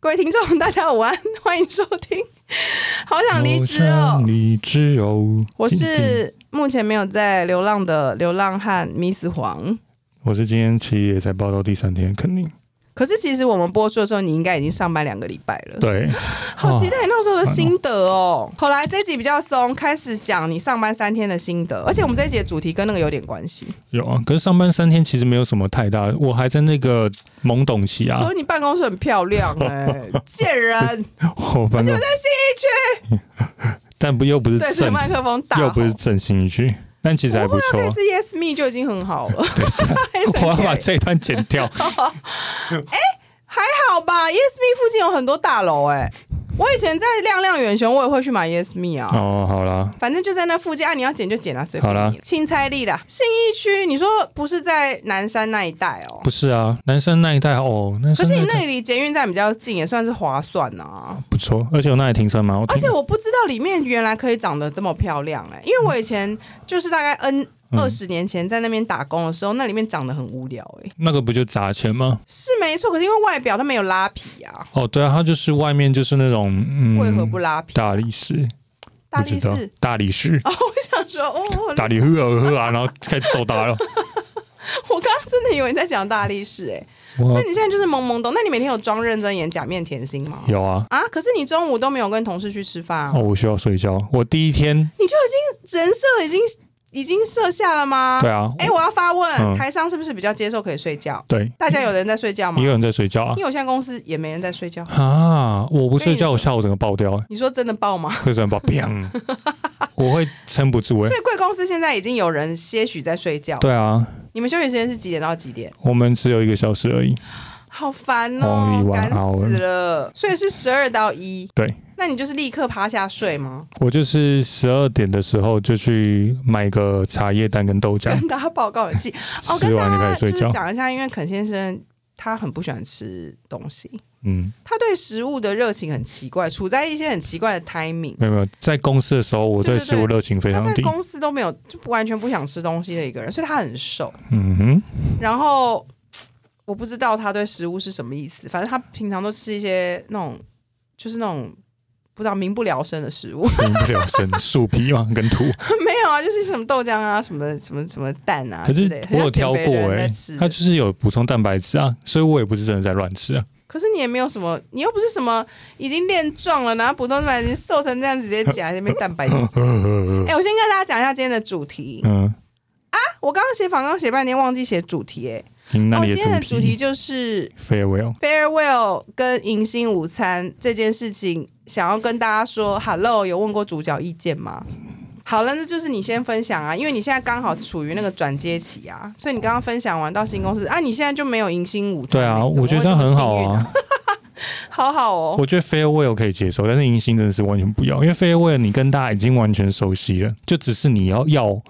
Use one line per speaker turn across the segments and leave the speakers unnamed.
各位听众，大家午安，欢迎收听。 好想离职哦！
离职哦！
我
今天
是目前没有在流浪的流浪汉 Miss 黄。
我是今天起也才报到第三天，肯定
可是其实我们播出的时候，你应该已经上班两个礼拜了。
对，
呃好期
哦
待你那时候的心得哦。后来这一集比较松，开始讲你上班三天的心得，而且我们这一集的主题跟那个有点关系，
有啊，可是上班三天其实没有什么太大，我还在那个懵懂期
可
啊
是。你办公室很漂亮哎、贱 人！
我反正但不又不是
对，这个
正，
麦克风大吼，
又不是正新一句，但其实还不错
但。是 Yes Me 就已经很好了，
等 一下，我要把这一段剪掉。
好吧？Yes Me 附近有很多大楼哎、我以前在亮亮远雄，我也会去买 Yes Me 啊。
哦，好啦，
反正就在那附近啊，你要剪就剪啊，随便
好啦
你。青菜力啦，信义区，你说不是在南山那一带哦？
不是啊，男生那一带哦，男
可是
生那哦
你
一
那
带
里离捷运站比较近，也算是划算啊。
不错，而且我那里停车蛮好
而
停
且
的。
我不知道里面原来可以长得这么漂亮哎、因为我以前就是大概 N
嗯
二十年前在那边打工的时候，那里面长得很无聊哎、
那个不就砸钱吗？
是没错，可是因为外表它没有拉皮啊，
哦，对啊，它就是外面就是那种嗯，
为何不拉皮？
大理石？
大
不
力
知道
士，
大理石，
哦，我想说，哦， 我
大理呵啊呵啊，然后开始揍他了。
我刚刚真的以为你在讲大力士哎、所
我
以你现在就是懵懵懂。那你每天有装认真演假面甜心吗？
有啊，
啊，可是你中午都没有跟同事去吃饭啊，
哦，我需要睡觉。我第一天，
你就已经人设已经已经设下了吗？
对啊，
哎、我要发问，
嗯
台商是不是比较接受可以睡觉？
对，
大家有人在睡觉吗
一？个人在睡觉啊
因。为我现在公司也没人在睡觉。
啊，我不睡觉，
我跟你说
我下午整个爆掉，
你说真的爆吗？
会整个爆 砰，我会撑不住哎
所。以贵公司现在已经有人些许在睡觉。
对啊，
你们休息时间是几点到几点？
我们只有一个小时而已。
好烦
Only
哦，
one
赶
hour
死了。所以是十二到一。
对。
那你就是立刻趴下睡吗？
我就是十二点的时候就去买个茶叶蛋跟豆浆，
跟大家报告一 下， 哦，
吃
跟
完就
大家
开始
就
睡
是
觉。
讲一下，因为肯先生他很不喜欢吃东西，
嗯，
他对食物的热情很奇怪，处在一些很奇怪的 timing。
没有没有，在公司的时候，我对
对对
食物热情非
他
常
在
低。
公司都没有，就完全不想吃东西的一个人，所以他很瘦。
嗯哼，
然后我不知道他对食物是什么意思，反正他平常都吃一些那种，就是那种不知道民不聊生的食物，
民不聊生，树皮嘛跟土。
没有啊，就是什么豆浆啊，什么什么什么蛋啊
可
之
是
类的。
我有挑过
哎、
哎、它就是有补充蛋白质啊，所以我也不是真的在乱吃啊。
可是你也没有什么，你又不是什么已经练壮了，然后普通蛋白质瘦成这样子，直接夹那边蛋白质。哎、我先跟大家讲一下今天的主题。
嗯，
我刚刚写访纲写半天，忘记写主题、哎。
您
哦，
那里
今天的
的
主
主
题哦
题
就是
，farewell，
farewell 跟迎新午餐这件事情，想要跟大家说，hello，有问过主角意见吗？好了，那就是你先分享啊，因为你现在刚好处于那个转接期啊，所以你刚刚分享完到新公司啊，你现在就没有迎新午餐、
对啊，
你怎么
我觉得
会
这样
么
很好
幸运
啊，
好好哦。
我觉得 farewell 可以接受，但是迎新真的是完全不要，因为 farewell 你跟大家已经完全熟悉了，就只是你要要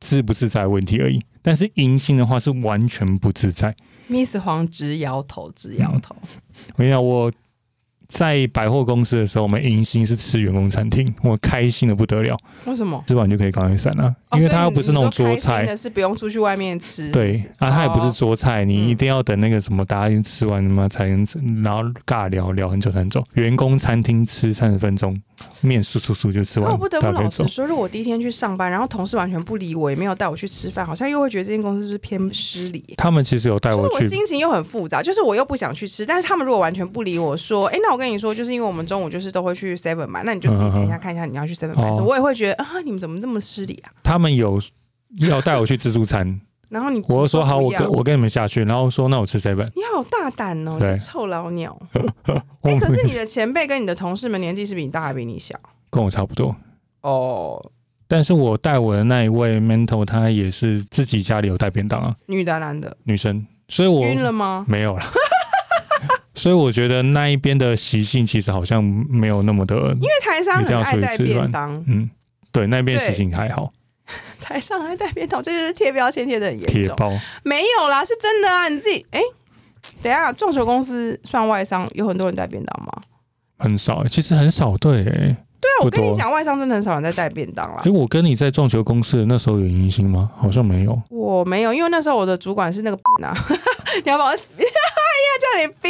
自不自在的问题而已。但是迎新的话是完全不自在。
Miss 黄直摇头，直摇头。
我跟你讲，我在百货公司的时候，我们迎新是吃员工餐厅，我开心的不得了，
为什么？
吃完就可以赶快散了、
哦
因为
所以
它又不
你
是那种桌
你说开
菜
心，的是不用出去外面吃。
对
是不是
啊，它也不是
哦
桌菜，
嗯
你一定要等那个什么大家已经吃完了嘛才能吃，然后尬聊聊很久才能走。员工餐厅吃三十分钟，面速速速就吃
可
完
我不，得不
大家可
老
以
实
走。
说，如果我第一天去上班，然后同事完全不理我，也没有带我去吃饭，好像又会觉得这间公司是不是偏失礼？
他们其实有带
就是
我
我
去，
心情又很复杂，就是我又不想去吃，但是他们如果完全不理我说，哎、那我跟你说，就是因为我们中午就是都会去 Seven 买，那你就
嗯
自己等一下看一下你要去 Seven 买什么，
哦
我也会觉得啊，你们怎么那么失礼啊？
他们有要带我去自助餐，
然后你
我就说好，
不
我
一样哎
跟我跟你们下去，然后说那我吃 seven，
你好大胆哦，你
对
这臭老鸟！
我
哎、
没
可是你的前辈跟你的同事们年纪是比你大还比你小？
跟我差不多。
哦，
但是我带我的那一位 mentor，她也是自己家里有带便当啊，
女的男的？
女生，所以我
晕了吗？
没有了。 所以我觉得那一边的习性其实好像没有那么的
因为台商
你这
很
样
爱
说
带
一次
便
乱
当，
嗯，对，那边
对
事情还好，
台上爱带便当，这就是贴标签贴的很严
铁
重。
包
没有啦，是真的啊，你自己哎、等一下，撞球公司算外商，有很多人带便当吗？
很少，其实很少对、欸。
对啊，我
不
跟你
多
讲，外商真的很少人在带便当啦
哎、。我跟你在撞球公司的那时候有迎新吗？好像没有。
我没有，因为那时候我的主管是那个啊，你要把我要叫你逼，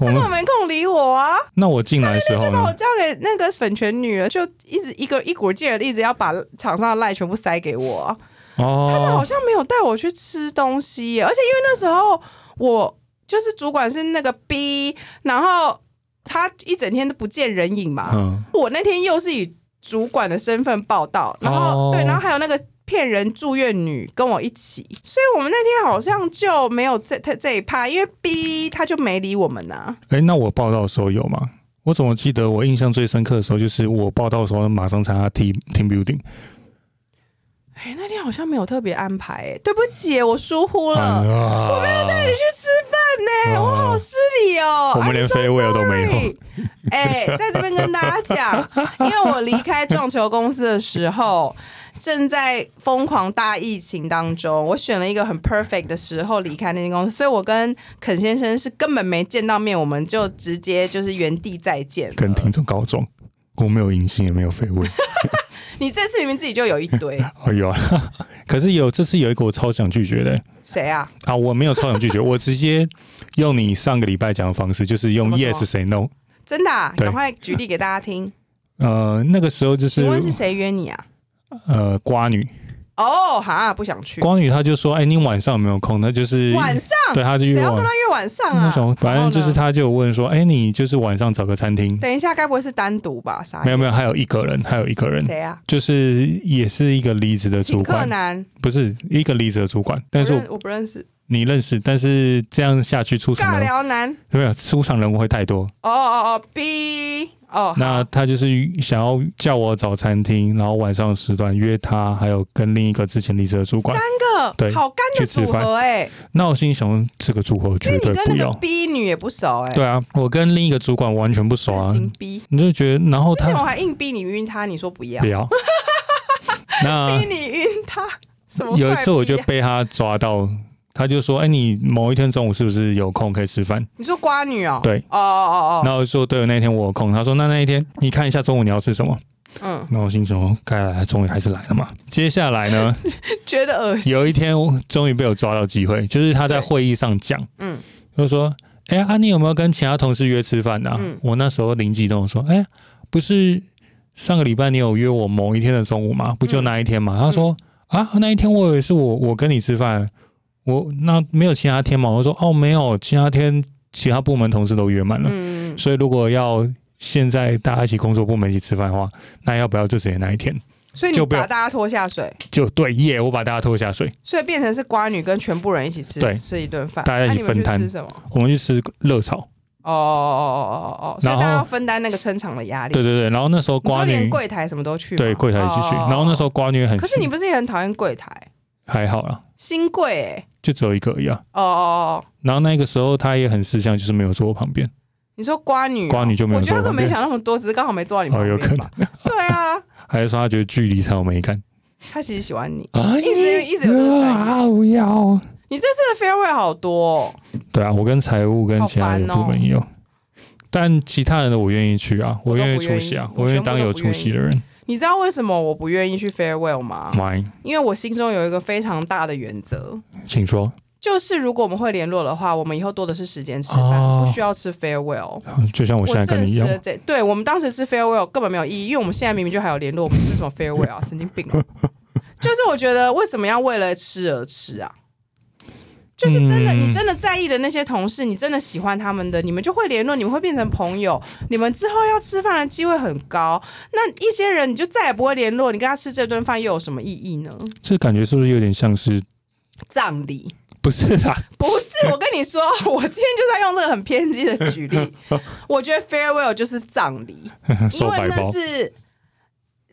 我
根
们
本没空理我啊！
那我进来的时候
把我
呢？
交给那个粉拳女了，就一直一个一股劲儿地一直要把场上的赖全部塞给我啊、他们好
哦，
像没有带我去吃东西耶，而且因为那时候我就是主管是那个 B，然后他一整天都不见人影嘛。
嗯，
我那天又是以主管的身份报道，然后、
哦
对，然后还有那个骗人住院女跟我一起，所以我们那天好像就没有这这这一趴，因为 B 他就没理我们啊呐、
哎、那我报道的时候有吗？我怎么记得我印象最深刻的时候，就是我报道的时候马上参加 team team building
哎，那天好像没有特别安排，哎，对不起耶，我疏忽了。
啊，我没有带
你去吃饭呢、
哦
我好失礼哦。
我们连
I'm so
飞位都没有
sorry。哎、在这边跟大家讲，因为我离开撞球公司的时候，正在疯狂大疫情当中，我选了一个很 perfect 的时候离开那间公司，所以我跟肯先生是根本没见到面，我们就直接就是原地再见了。
跟听众告状，我没有银杏，也没有绯闻。
你这次明明自己就有一堆，
哎呦， 可是有这次有一个我超想拒绝的、
谁啊？
啊，我没有超 想拒绝，我直接用你上个礼拜讲的方式，就是用
什么什么
yes say no。
真的、啊，
对
赶快举例给大家听。
呃，那个时候就是
请问是谁约你啊？
呃瓜女，
哦，哈，不想去。
瓜女她就说，哎、你晚上有没有空？那就是
晚上，
对，她就
谁
约
要
我
跟。他约晚上
那
啊？
想，反正就是
然后呢
她就有问说，哎、你就是晚上找个餐厅？
等一下，该不会是单独吧？啥？
没有没有，还有一个人，还有一个人，
谁啊？
就是也是一个离职的
请
主
客
管，
男，
不是一个离职的主管，但是
我
我
认我不认识。
你认识，但是这样下去出场
尬
人
聊男，
没有出场人物会太多。
哦哦哦，B，哦，
那
好
他就是想要叫我找餐厅，然后晚上的时段约他，还有跟另一个之前离职的主管。
三个
对
好干的
去吃
组
饭
合哎，
那我心里想说，这个组合
因为
绝
你
对
跟
不
那
要
个。B 女也不熟哎，
对啊，我跟另一个主管完全不熟啊，
行 B。
你就觉得，然后
之前我
他
还硬逼你晕他，你说不要
不， 要。那
逼你晕他，什么？
啊
啊
有一次我就
得，
被他抓到，他就说：“哎、你某一天中午是不是有空可以吃饭
你说瓜女哦？”，
对，
哦哦哦
然后我就说：“对，那一天我有空。”他说：“那那一天你看一下中午你要吃什么
哦，？”嗯，
那我心想说：“该来，终于还是来了嘛。”接下来呢，
觉得恶心，
有一天我终于被我抓到机会，就是他在会议上讲，
嗯
就说：“哎、啊，你有没有跟其他同事约吃饭的、啊？”
嗯
我那时候灵机一动说：“哎、不是上个礼拜你有约我某一天的中午吗？不就那一天
嗯
吗？”他说：“啊，那一天我以为是我我跟你吃饭，我那没有其他天嘛？”我说：“哦，没有，其他天其他部门同事都约满了，
嗯，
所以如果要。”现在大家一起工作部门一起吃饭的话，那要不要就直接那一天？
所以你
就不要
把大家拖下水，
就对耶我把大家拖下水，
所以变成是瓜女跟全部人一起吃
对
吃一顿饭，
大家一
那你
起
们
分
去
摊
吃什么？
我们去吃热炒。
哦哦哦哦哦哦，所以
然后
大家要分担那个撑场的压力。
对对对，然后那时候
你说
瓜
连
女
柜台什么都去吗，
对柜台一起去，
哦
然后那时，候瓜女很，
可是你不是也很讨厌柜台
还好啦，
新柜、欸？
就只有一个而已啊。
哦哦哦，
然后那个时候她也很识相，就是没有坐我旁边，
你说瓜女、哦，
瓜女就没有
我觉得
坐
他根本
旁边
没想那么多，只是刚好没坐到你旁
哦，有
边吧。
可能，
对啊，
还是说她觉得距离才有美感
他其实喜欢哎你。
啊
一直一直有这个声音
啊，不要。
你这次的 farewell 好多、哦，
对啊，我跟财务跟其他
好
的
烦哦
部门也有，但其他人的我愿意去啊，
我
我
都
愿意
不愿
出
意
席啊，
我
我愿
全
意
部
当
都
有
不
出
愿
席
意
的人。
你知道为什么我不愿意去 farewell 吗？
My，
因为我心中有一个非常大的原则，
请说，
就是如果我们会联络的话，我们以后多的是时间吃饭，
哦
不需要吃 farewell。
就像我现在跟你一样
我证实，了这，对我们当时是 farewell 根本没有意义，因为我们现在明明就还有联络，我们吃什么 farewell 啊，神经病哦、就是我觉得为什么要为了吃而吃啊？就是真的，
嗯
你真的在意的那些同事，你真的喜欢他们的，你们就会联络，你们会变成朋友，你们之后要吃饭的机会很高。那一些人你就再也不会联络，你跟他吃这顿饭又有什么意义呢？
这感觉是不是有点像是？
葬礼。
不是啦，
不是，我跟你说， 我今天就是要用这个很偏激的举 例。我觉得 farewell 就是葬礼，因
收
为
白
那
包
是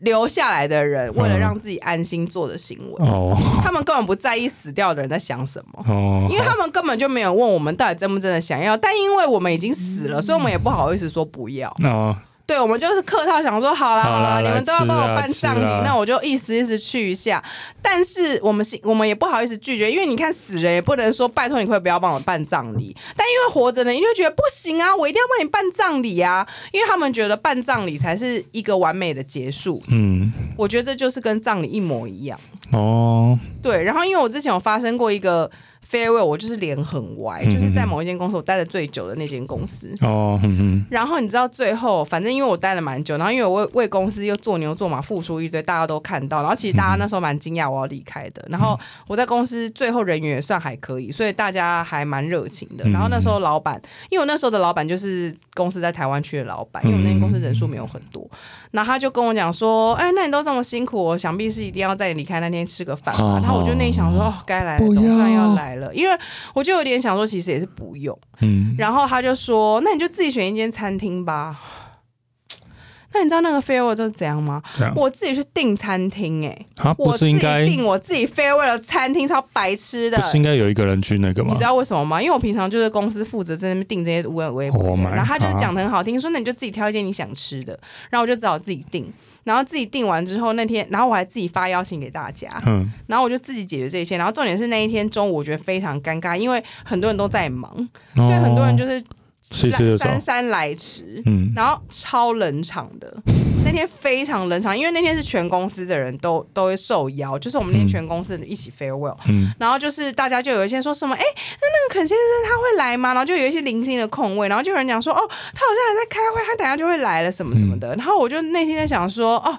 留下来的人为了
嗯
让自己安心做的行为，
哦
他们根本不在意死掉的人在想什么。
哦，
因为他们根本就没有问我们到底真不真的想要，但因为我们已经死了，所以我们也不好意思说不要。
那、哦
对，我们就是客套，想说好啦
好啦
啦，你
来
们都要
吃
帮我
啦
办
吃啊
葬礼，
啦
那我就意思意思去一下。但是我们是，我们也不好意思拒绝，因为你看死人也不能说拜托你可不可以不要帮我办葬礼，但因为活着呢，你就觉得不行啊，我一定要帮你办葬礼啊，因为他们觉得办葬礼才是一个完美的结束。
嗯，
我觉得这就是跟葬礼一模一样。
哦，
对，然后因为我之前有发生过一个 farewell，我就是脸很歪，
嗯
就是在
嗯嗯
某一间公司我待了最久的那间公司。
哦，嗯嗯，
然后你知道最后，反正因为我待了蛮久，然后因为我为为公司又做牛做马付出一堆，大家都看到。然后其实大家那时候蛮惊讶我要离开的。
嗯
然后我在公司最后人缘也算还可以，所以大家还蛮热情的。
嗯
然后那时候老板，因为我那时候的老板就是公司在台湾区的老
嗯
板，因为我那间公司人数没有很多，然后他就跟我讲说：“哎，那你都这么辛苦，我想必是一定要在你离开那天吃个饭吧。
哦
然后我就内想说：“哦，该来了，
不要
总算要来了。”因为我就有点想说，其实也是不用。
嗯，
然后他就说：“那你就自己选一间餐厅吧。”那你知道那个 farewell 就是怎样吗？
这样
我自己去订餐厅、哎，
啊，不
我自
是
己
应该
订我自己 farewell 的餐厅，超白痴的
不。是应该有一个人去那个
你
吗
知？道为什么吗？因为我平常就是公司负责在那边订这些无为微
Oh
博，
my
然后他就是
God
讲的很好听，说那你就自己挑一间你想吃的，然后我就只好自己订，然后自己订完之后那天，然后我还自己发邀请给大家，
嗯，
然后我就自己解决这一切，然后重点是那一天中午我觉得非常尴尬，因为很多人都在忙，
哦
所以很多人就是
是是走，
姗姗来迟，
嗯，
然后超冷场的。那天非常冷场，因为那天是全公司的人都都会受邀，就是我们那天
嗯
全公司一起 farewell，、
嗯
然后就是大家就有一些说什么，哎、那那个肯先生他会来吗？然后就有一些零星的空位，然后就有人讲说，哦，他好像还在开会，他等下就会来了什么什么的。然后我就内心在想说，哦，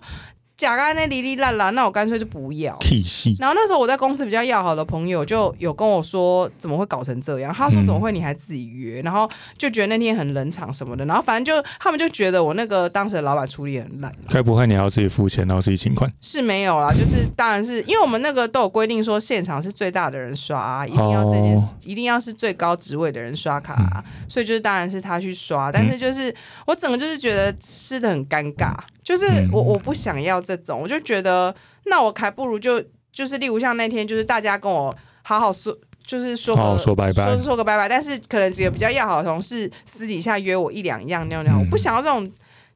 假刚那哩哩啦啦，那我干脆就不要。
，K 系，
然后那时候我在公司比较要好的朋友就有跟我说怎么会搞成这样，他说
嗯
怎么会你还自己约，然后就觉得那天很冷场什么的，然后反正就他们就觉得我那个当时的老板处理很烂，
该不会你还要自己付钱，然后自己请款？
是没有 啦，就是当然是因为我们那个都有规定说现场是最大的人刷、啊，一定要这件
哦
事、一定要是最高职位的人刷卡、
嗯
啊，所以就是当然是他去刷，但是就是我整个就是觉得吃的很尴尬，就是
嗯
我我不想要这种，我就觉得那我还不如就就是例如像那天就是大家跟我好好说。就是说个
好好说拜拜
说说个拜拜，但是可能几个比较要好的同事私底下约我一两样那样那样，
嗯
我不想要这种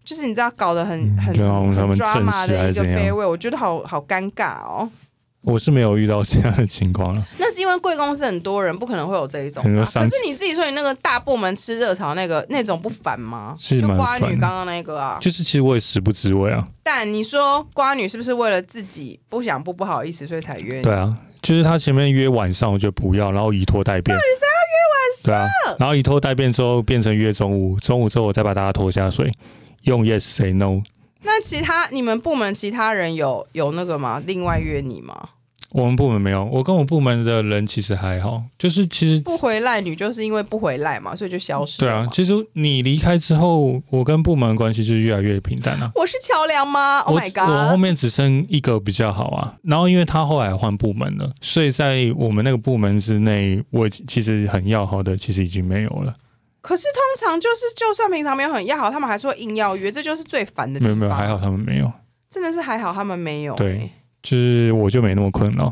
就是你知道搞得很很
就好像嗯啊他
很
们正
drama
式
的
还
一
是
个
怎样
farewell，我觉得好好尴尬哦。
我是没有遇到这样的情 况了，
那是因为贵公司很多人，不可能会有这一种
很
吧。
多
可
商
是你自己说你那个大部门吃热潮那个那种不烦吗？
是
就
蛮
瓜
烦
女
的
刚刚那个啊，
就是其实我也食不知味啊，
但你说瓜女是不是为了自己不想不不好意思，所以才约你？
对啊，就是他前面约晚上，我就不要，然后以拖代
啊
变。对啊，然后以拖代变之后变成约中午，中午之后我再把大家拖下水，用 yes say no。
那其他你们部门其他人有有那个吗？另外约你吗？
我们部门没有，我跟我部门的人其实还好，就是其实
不回来女就是因为不回来嘛，所以就消失
对
了
啊
嘛，
其实你离开之后，我跟部门的关系就越来越平淡啊。
我是桥梁吗？Oh
我
my
我后
god！
面只剩一个比较好啊，然后因为他后来换部门了，所以在我们那个部门之内，我其实很要好的其实已经没有了，
可是通常就是，就算平常没有很要好，他们还是会硬要约，这就是最烦的地
没有
方。
没有，还好他们没有，
真的是还好他们没有、
对
欸
就是我就没那么困扰。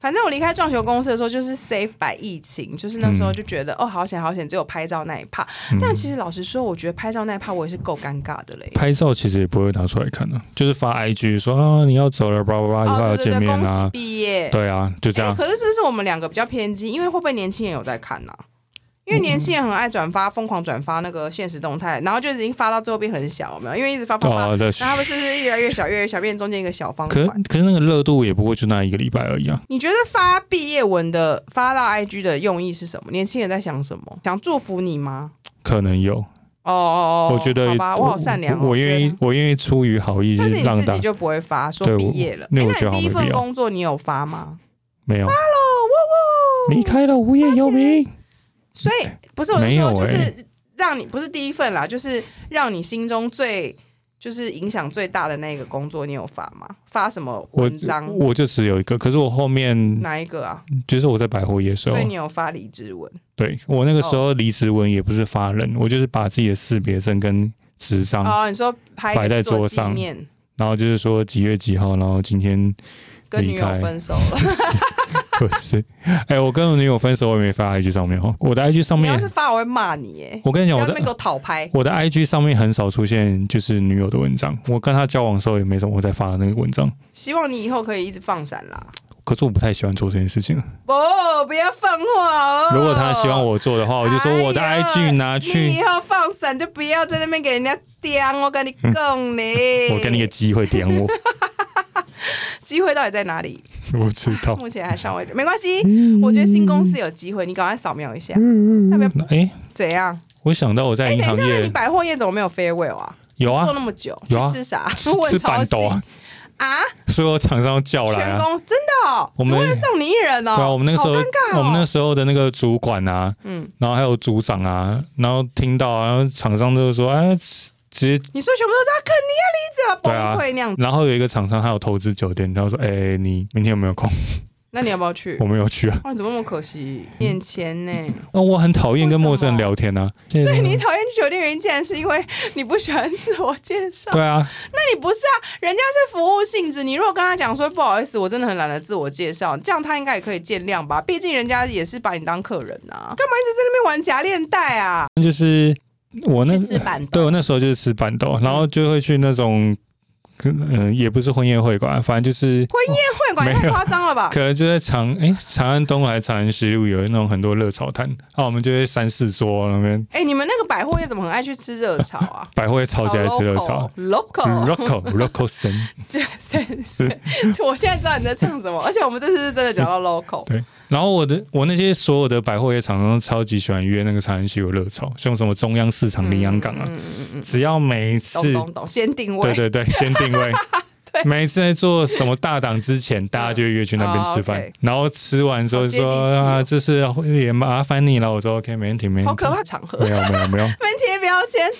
反正我离开撞球公司的时候，就是 safe by 疫情，就是那时候就觉得、哦，好险好险，只有拍照那一趴。
嗯
但其实老实说，我觉得拍照那一趴我也是够尴尬的嘞。
拍照其实也不会拿出来看的、啊就是发 IG 说啊你要走了，叭叭叭，以后
哦，对
要
对
见
对，
面
恭喜
啊，
毕业。
对啊，就这
哎
样。
可是是不是我们两个比较偏激？因为会不会年轻人有在看呢、因为年轻人很爱转发，疯狂转发那个现实动态，然后就已经发到最后变很小，有没有？因为一直发发发，
哦，对，
那、他们是不是越来越小，越来越小，变中间一个小方
可
块？
可是那个热度也不过就那一个礼拜而已啊。
你觉得发毕业文的发到 IG 的用意是什么？年轻人在想什么？想祝福你吗？
可能有，
哦哦哦，
我觉得
好吧，我好善良、哦，
我我愿
觉
意
得。，
我愿意出于好意，就
但是
是让
你自
大
己
家
就不会发说
对
毕
我
业了？
那
哎
我
那
觉
你
得好
第一
没
份
必要
工作你有发吗？
没有
哦，哇
离
哇！
开了无业游民。
所以不是我是
没
说，
有
就
欸
是让你不是第一份啦，就是让你心中最就是影响最大的那个工作，你有发吗？发什么
我
文章？
我就只有一个，可是我后面
哪一个啊？
就是我在百货业时候
所以，你有哦发离职文？
对我那个时候离职文也不是发人，我就是把自己的识别证跟职章，
哦，你说拍一个
摆在桌
做纪
上
念，
然后就是说几月几号，然后今 天
跟女
离
友
开
分手了。
不是，哎，我跟我女友分手，我也没发 IG 上面哦，我的 IG 上
你要是
面，
发，我会骂你耶！
我跟你
你
讲，
要
我
那
的
边给我讨拍。
我的 IG 上面很少出现就是女友的文章，我跟她交往的时候也没什么我在发的那个文章，
希望你以后可以一直放闪啦。
可是我不太喜欢做这件事情。
不，不要放话哦。
如果她希望我做的话，我就说我的
哎呀
IG 拿
你以
去，
后放闪就不要在那边给人家刁，我跟你
嗯
讲你
，我给你个机会点我。
机会到底在哪里？
我不知道。
目前还尚未，没关系。
嗯
我觉得新公司有机会，你赶快扫描一下，要不要
那哎，
怎样？
我想到我嗯在
哎，
银
等
行
一下，那你
业
百货业怎么没有 farewell 啊？
有啊
做，那么久，去
有啊
吃啥？
吃
我
吃
很操
板
心
豆啊，
啊！
所有厂商叫来
全
啊。
公真的哦，
我们
只为了送你一人哦。
对啊，我们那个时候，
好尴尬哦
我们那时候的那个主管啊，
嗯，
然后还有组长啊，然后听到啊，然后厂商就说，哎，直直接，
你说全部都是肯定要离职
对
了，
啊
崩溃那样。
然后有一个厂商还有投资酒店，他说，哎，你明天有 没有空？
那你要不要去
我？没有去啊。
哇，你怎么那么可惜？面前呢？
那我很讨厌跟陌生人聊天啊。
所以你讨厌去酒店原因，竟然是因为你不喜欢自我介绍。
对啊，
那你不是啊？人家是服务性质，你如果跟他讲说不好意思，我真的很懒得自我介绍，这样他应该也可以见谅吧？毕竟人家也是把你当客人啊，干嘛一直在那边玩夹链带啊？
就是我那
去吃板
对
豆
我那时候就是吃板豆，然后就会去那种，嗯、也不是婚宴会馆，反正就是
婚宴会馆
没
也
有
太夸张了吧？
可能就在长哎、长安东路还是长安西路有那种很多热炒摊，然后我们就会三四桌那边
哎、你们那个百货业怎么很爱去吃热炒 啊？
百货超级爱吃热
好哦
炒。嗯
，local，local，
Rocco Rocco 神，
我现在知道你在唱什么，而且我们这次是真的讲到 local，
然后我的我那些所有的百货业厂商都超级喜欢约那个长安西路热炒，像什么中央市场、
嗯
羚羊港啊，
嗯嗯嗯，
只要每一
懂
次
懂懂，先定位，
对对 对，先定位
对。
每一次在做什么大档之前，大家就约去那边吃饭，
哦，OK
然后吃完之后就
好接地
说
气哦
啊，这是也麻烦你了。我说 OK，没问题，没
好
问题
可。怕场合，
没有没有没有。
没贴标签，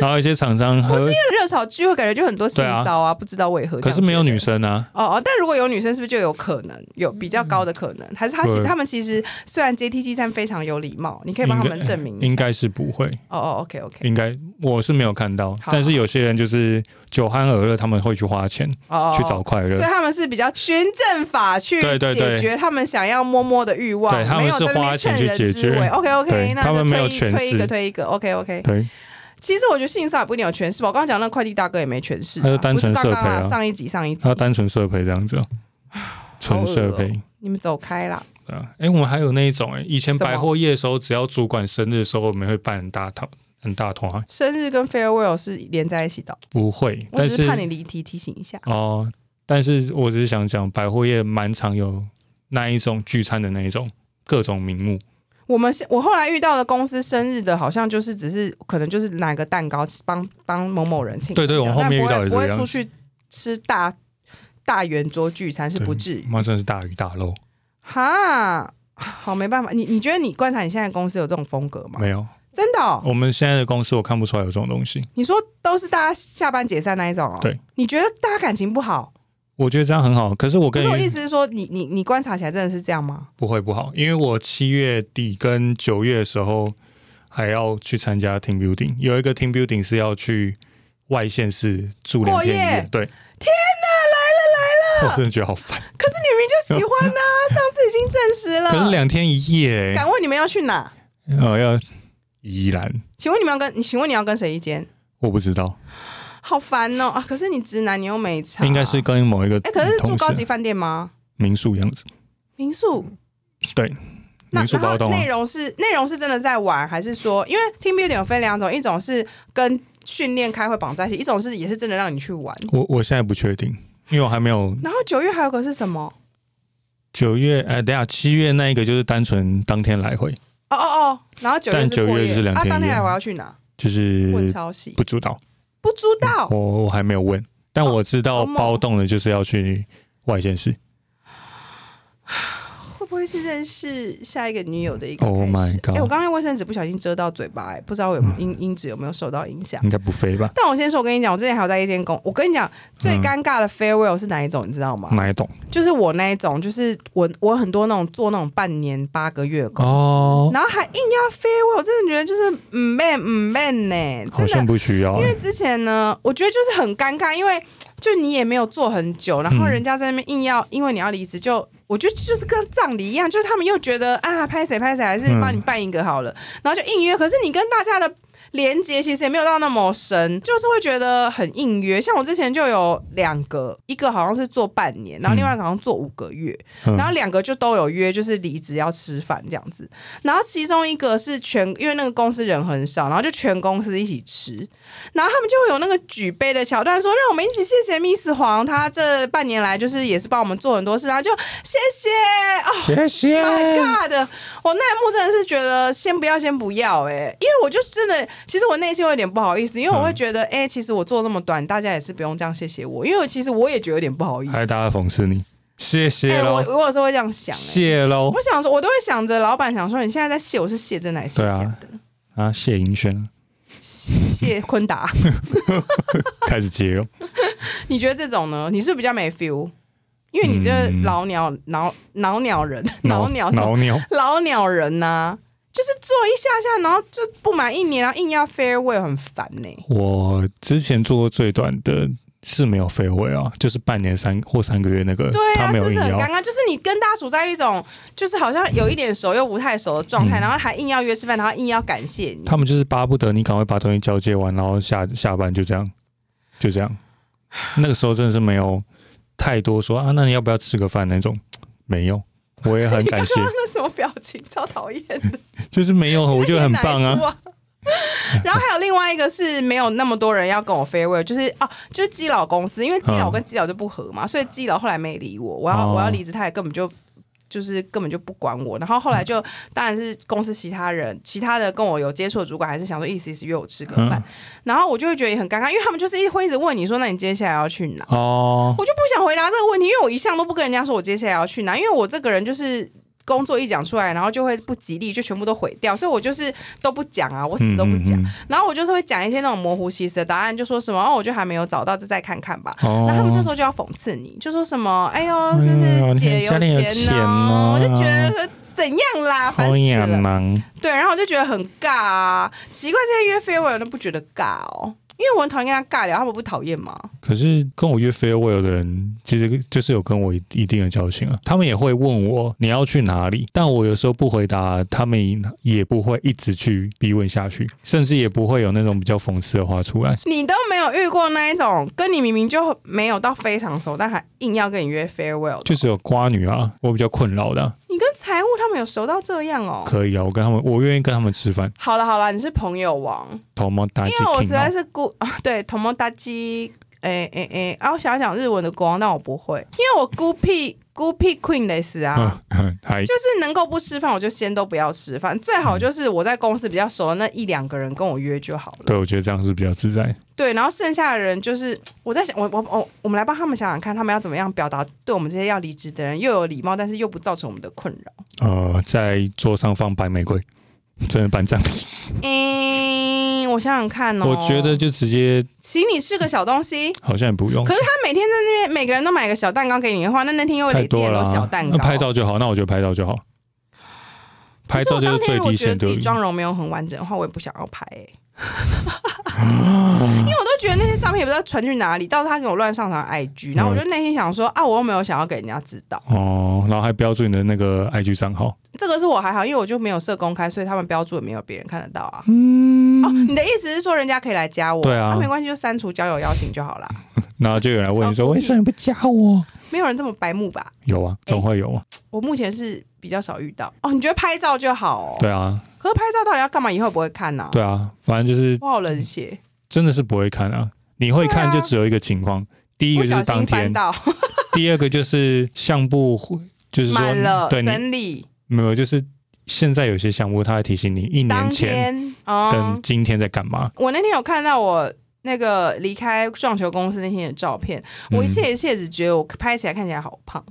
然后一些厂商
不是因
喝，
为热炒聚会感觉就很多性骚啊，不知道为何。
呃可是没有女
生。
生啊。
哦哦，但如果有女生，是不是就有可能有比较高的可能？还是他其
嗯对
他们其实虽然阶梯机站非常有礼貌，你可以帮他们证明一
应
下。
该是不会，
哦哦，OK OK，
应该我是没有看到。
好
但是有些人就是酒酣耳热，他们会去花钱
哦哦，
去找快
所以
乐。
他们是比较循证法去
对对对
解决他们想要摸摸的欲望，
对他们
没有
是
在那边
花钱
趁人
去解
之
决
危 OK
对
OK，那
他们
就
没有
推一
权
推一个
势
推一个，OK OK。
对，
其实我觉得性骚扰不一定有权势吧，我刚刚讲那个快递大哥也没权势啊，
他就单纯
不是刚
色
刚
胚
啊
啊
上一集上一集
他，单纯社培这样子哦，纯社培。
你们走开啦。
对啊，哎、我们还有那一种哎、以前
什么
百货业的时候，只要主管生日的时候，我们会办很大套很大团啊，
生日跟 farewell 是连在一起的哦，
不会，
我
但
只是
是
怕你离题，提醒一下。
哦、但是我只是想讲，百货业蛮常有那一种聚餐的那一种各种名目，
我们是我后来遇到的公司生日的，好像就是只是可能就是拿个蛋糕帮帮某某人庆祝这
对
样，
对我们后面遇到
但
也是
不会不会
这样
出去吃大大圆桌聚餐是不至于
妈真的是大鱼大肉，
哈。好，没办法，你你觉得你观察你现在公司有这种风格吗？
没有，
真的、哦，
我们现在的公司我看不出来有这种东西，
你说都是大家下班解散那一种哦？
对，
你觉得大家感情不好？
我觉得这样很好，可是我
可
跟
是我意
你
思是说，你你你观察起来真的是这样吗？
不会不好，因为我七月底跟九月的时候还要去参加 team building，有一个 team building 是要去外县市住两天一
过夜
夜，对。哎
天哪，来了来了！
我真的觉得好 烦。
可是你明明就喜欢 呐、上次已经证实了。
可是两天一夜、欸，
敢问你们要去哪？
呃，要宜兰，
请问你们要跟？你请问你要跟谁一间？
我不知道，
好烦哦啊！可是你直男，你又没差。
应该是跟某一个
哎、可是住
同
高级
事啊
饭店吗？
民宿样子，
民宿？
对，
那
民宿包
然后
栋啊
内，容是内容是真的在玩，还是说因为 team building 有分两种，一种是跟训练开会绑在一起，一种是也是真的让你去玩。
我我现在不确定，因为我还没有
然后九月还有个是什么？
九月，哎、等一下七月那一个就是单纯当天来回，
哦哦哦，然后九月
但
是过
九
夜
月是两
啊，
天一夜呃
当天来我要去哪？
就是
问消息
不知道，
不知道。
我我还没有问，但我知
哦好
道
猛
包栋的就是要去外县市
会不会是认识下一个女友的一个
Oh
开始
my god
哎、我刚刚用卫生纸不小心遮到嘴巴、哎，不知道有音音质有没有受到影响。
应该不飞吧？
但我先说，我跟你讲，我之前还有在夜店工，我跟你讲，最
嗯
尴尬的 farewell 是哪一种，你知道吗？
哪一栋？
就是我那一种，就是我我很多那种做那种半年八个月的工，
哦，
然后还硬要 farewell，我真的觉得就是嗯 man 嗯 man 呢、
好
真的
像不需要、
因为
欸，
之前呢，我觉得就是很尴尬，因为就你也没有做很久，然后
嗯
人家在那边硬要，因为你要离职，就我觉得就是跟葬礼一样，就是他们又觉得啊，拍谁拍谁，还是
嗯
帮你办一个好了，然后就硬约。可是你跟大家的连接其实也没有到那么深，就是会觉得很隐约。像我之前就有两个，一个好像是做半年，然后另外一个好像做五个月，
嗯
然后两个就都有约，就是离职要吃饭这样子。然后其中一个是全，因为那个公司人很少，然后就全公司一起吃，然后他们就会有那个举杯的桥段，说让我们一起谢谢 Miss 黄，她这半年来就是也是帮我们做很多事，然后就谢谢哦。
欸谢谢。
My God！我那一幕真的是觉得先不要，先不要哎、因为我就真的，其实我内心有点不好意思，因为我会觉得，哎、其实我做这么短，大家也是不用这样谢谢我，因为其实我也觉得有点不好意思。
还是大家讽刺你，谢谢
哎、我
喽，
我有时候会这样想、哎
谢喽
我想说，我都会想着老板想说，你现在在谢我是谢真还是谢
对啊
假的？
啊！谢银轩
谢坤达，
开 始接哦，
你觉得这种呢？你是不是比较没 feel？因为你这
嗯
老鸟、老老鸟人、老鸟什么
挠鸟，
老鸟人呐、就是做一下下，然后就不满一年，然后硬要 farewell，很烦呢、
我之前做过最短的是没有飞位啊，就是半年三或三个月那个，
对
他
啊，
没
是
有
不
硬
是很
要
尴，尬？就是你跟大家处在一种就是好像有一点熟又不太熟的状态，
嗯
然后还硬要约吃饭，然后硬要感谢你。
他们就是巴不得你赶快把东西交接完，然后下下班就这样，就这样。那个时候真的是没有太多说啊，那你要不要吃个饭那种，没有，我也很感谢，
那 什么表情，超讨厌的，
就是没有，我觉得很棒
哪一
啊
出。啊！ 然后还有另外一个是没有那么多人要跟我 farewell，就是哦、就是基佬公司，因为基佬我跟基佬就不合嘛，所以基佬后来没理我，我要、
嗯哦
我要离职，他也根本就就是根本就不管我。然后后来
嗯
就当然是公司其他人，其他的跟我有接触的主管还是想说意思意思约我吃个饭，
嗯
然后我就会觉得也很尴尬，因为他们就是一会一直问你说，那你接下来要去哪？
哦，
我就不想回答这个问题，因为我一向都不跟人家说我接下来要去哪，因为我这个人就是工作一讲出来，然后就会不吉利，就全部都毁掉，所以我就是都不讲啊，我死都不讲。
嗯嗯
然后我就是会讲一些那种模糊其词的答案，就说什么哦，我就还没有找到，这再看看吧。
嗯哦，
那他们这时候就要讽刺你，就说什么“哎呦，就
哎呦
是
你
姐
家里有
钱
钱
哦
哦”，
我就觉得怎样啦，烦
好啊
死
眼
了。
盲，
对，然后我就觉得很尬啊，奇怪，这些约非我都不觉得尬哦，因为我很讨厌跟他尬聊，他们不讨厌吗？
可是跟我约 farewell 的人，其实就是有跟我一一定的交情啊。他们也会问我你要去哪里，但我有时候不回答，他们也不会一直去逼问下去，甚至也不会有那种比较讽刺的话出来。
你都没有遇过那一种跟你明明就没有到非常熟，但还硬要跟你约 farewell 的
就只有瓜女啊，我比较困扰的啊、
你跟财务他们有熟到这样哦？
可以啊，我跟他们，我愿意跟他们吃饭，
好了好了，你是朋友王，
头毛打起
因为我实
king
在
啊。
是孤啊， 对，同谋搭机，诶诶诶，啊，我想想日文的国王，但我不会，因为我孤僻孤僻 queen 类似啊。
嗯，嗯还
就是能够不吃饭，我就先都不要吃饭。最
嗯
好就是我在公司比较熟的那一两个人跟我约就好了。
对，我觉得这样是比较自在。
对，然后剩下的人就是我在想，我我我，我们来帮他们想想看，他们要怎么样表达对我们这些要离职的人又有礼貌，但是又不造成我们的困扰。
呃，在桌上放白玫瑰，真的办葬礼。
嗯，我想想看哦，
我觉得就直接
请你吃个小东西。
好像也不用
可。是他每天在那边，每个人都买个小蛋糕给你的话，那那天又会
太
累积
多
很
了
多
啊、
小蛋糕。
那拍照就好，那我觉得拍照就好。拍照就是最
可是我当天如
低限
果觉得自
度
己。妆容没有很完整的话，我也不想要拍、欸。 因为我都觉得那些照片也不知道传去哪里，到时候他给我乱上传 IG，然后我
嗯
就内心想说啊，我又没有想要给人家知道，
哦，然后还标注你的那个 IG 账号，
这个是我还好，因为我就没有设公开，所以他们标注也没有别人看得到啊。
嗯
哦，，你的意思是说人家可以来加我？
对啊
那没关系，就删除交友邀请就好啦。
然后就有人来问
超
你说
酷哎
为什么你不加我？
没有人这么白目吧？
有啊，总会有啊，
我目前是比较少遇到。哦，你觉得拍照就好哦？
对啊，
可是拍照到底要干嘛？以后也不会看呐、
对啊，反正就是
我好冷血，
真的是不会看啊。你会
对
看
啊
就只有一个情况，第一
不
个就
小
是当
心翻
天，
到
第二个就是相簿会，就是说
满了，
对你
整理
没有，就是现在有些项目它会提醒你一
当
年前
天哦。
等今天在干嘛。
我那天有看到我那个离开撞球公司那天的照片，
嗯
我一切一切只觉得我拍起来看起来好胖。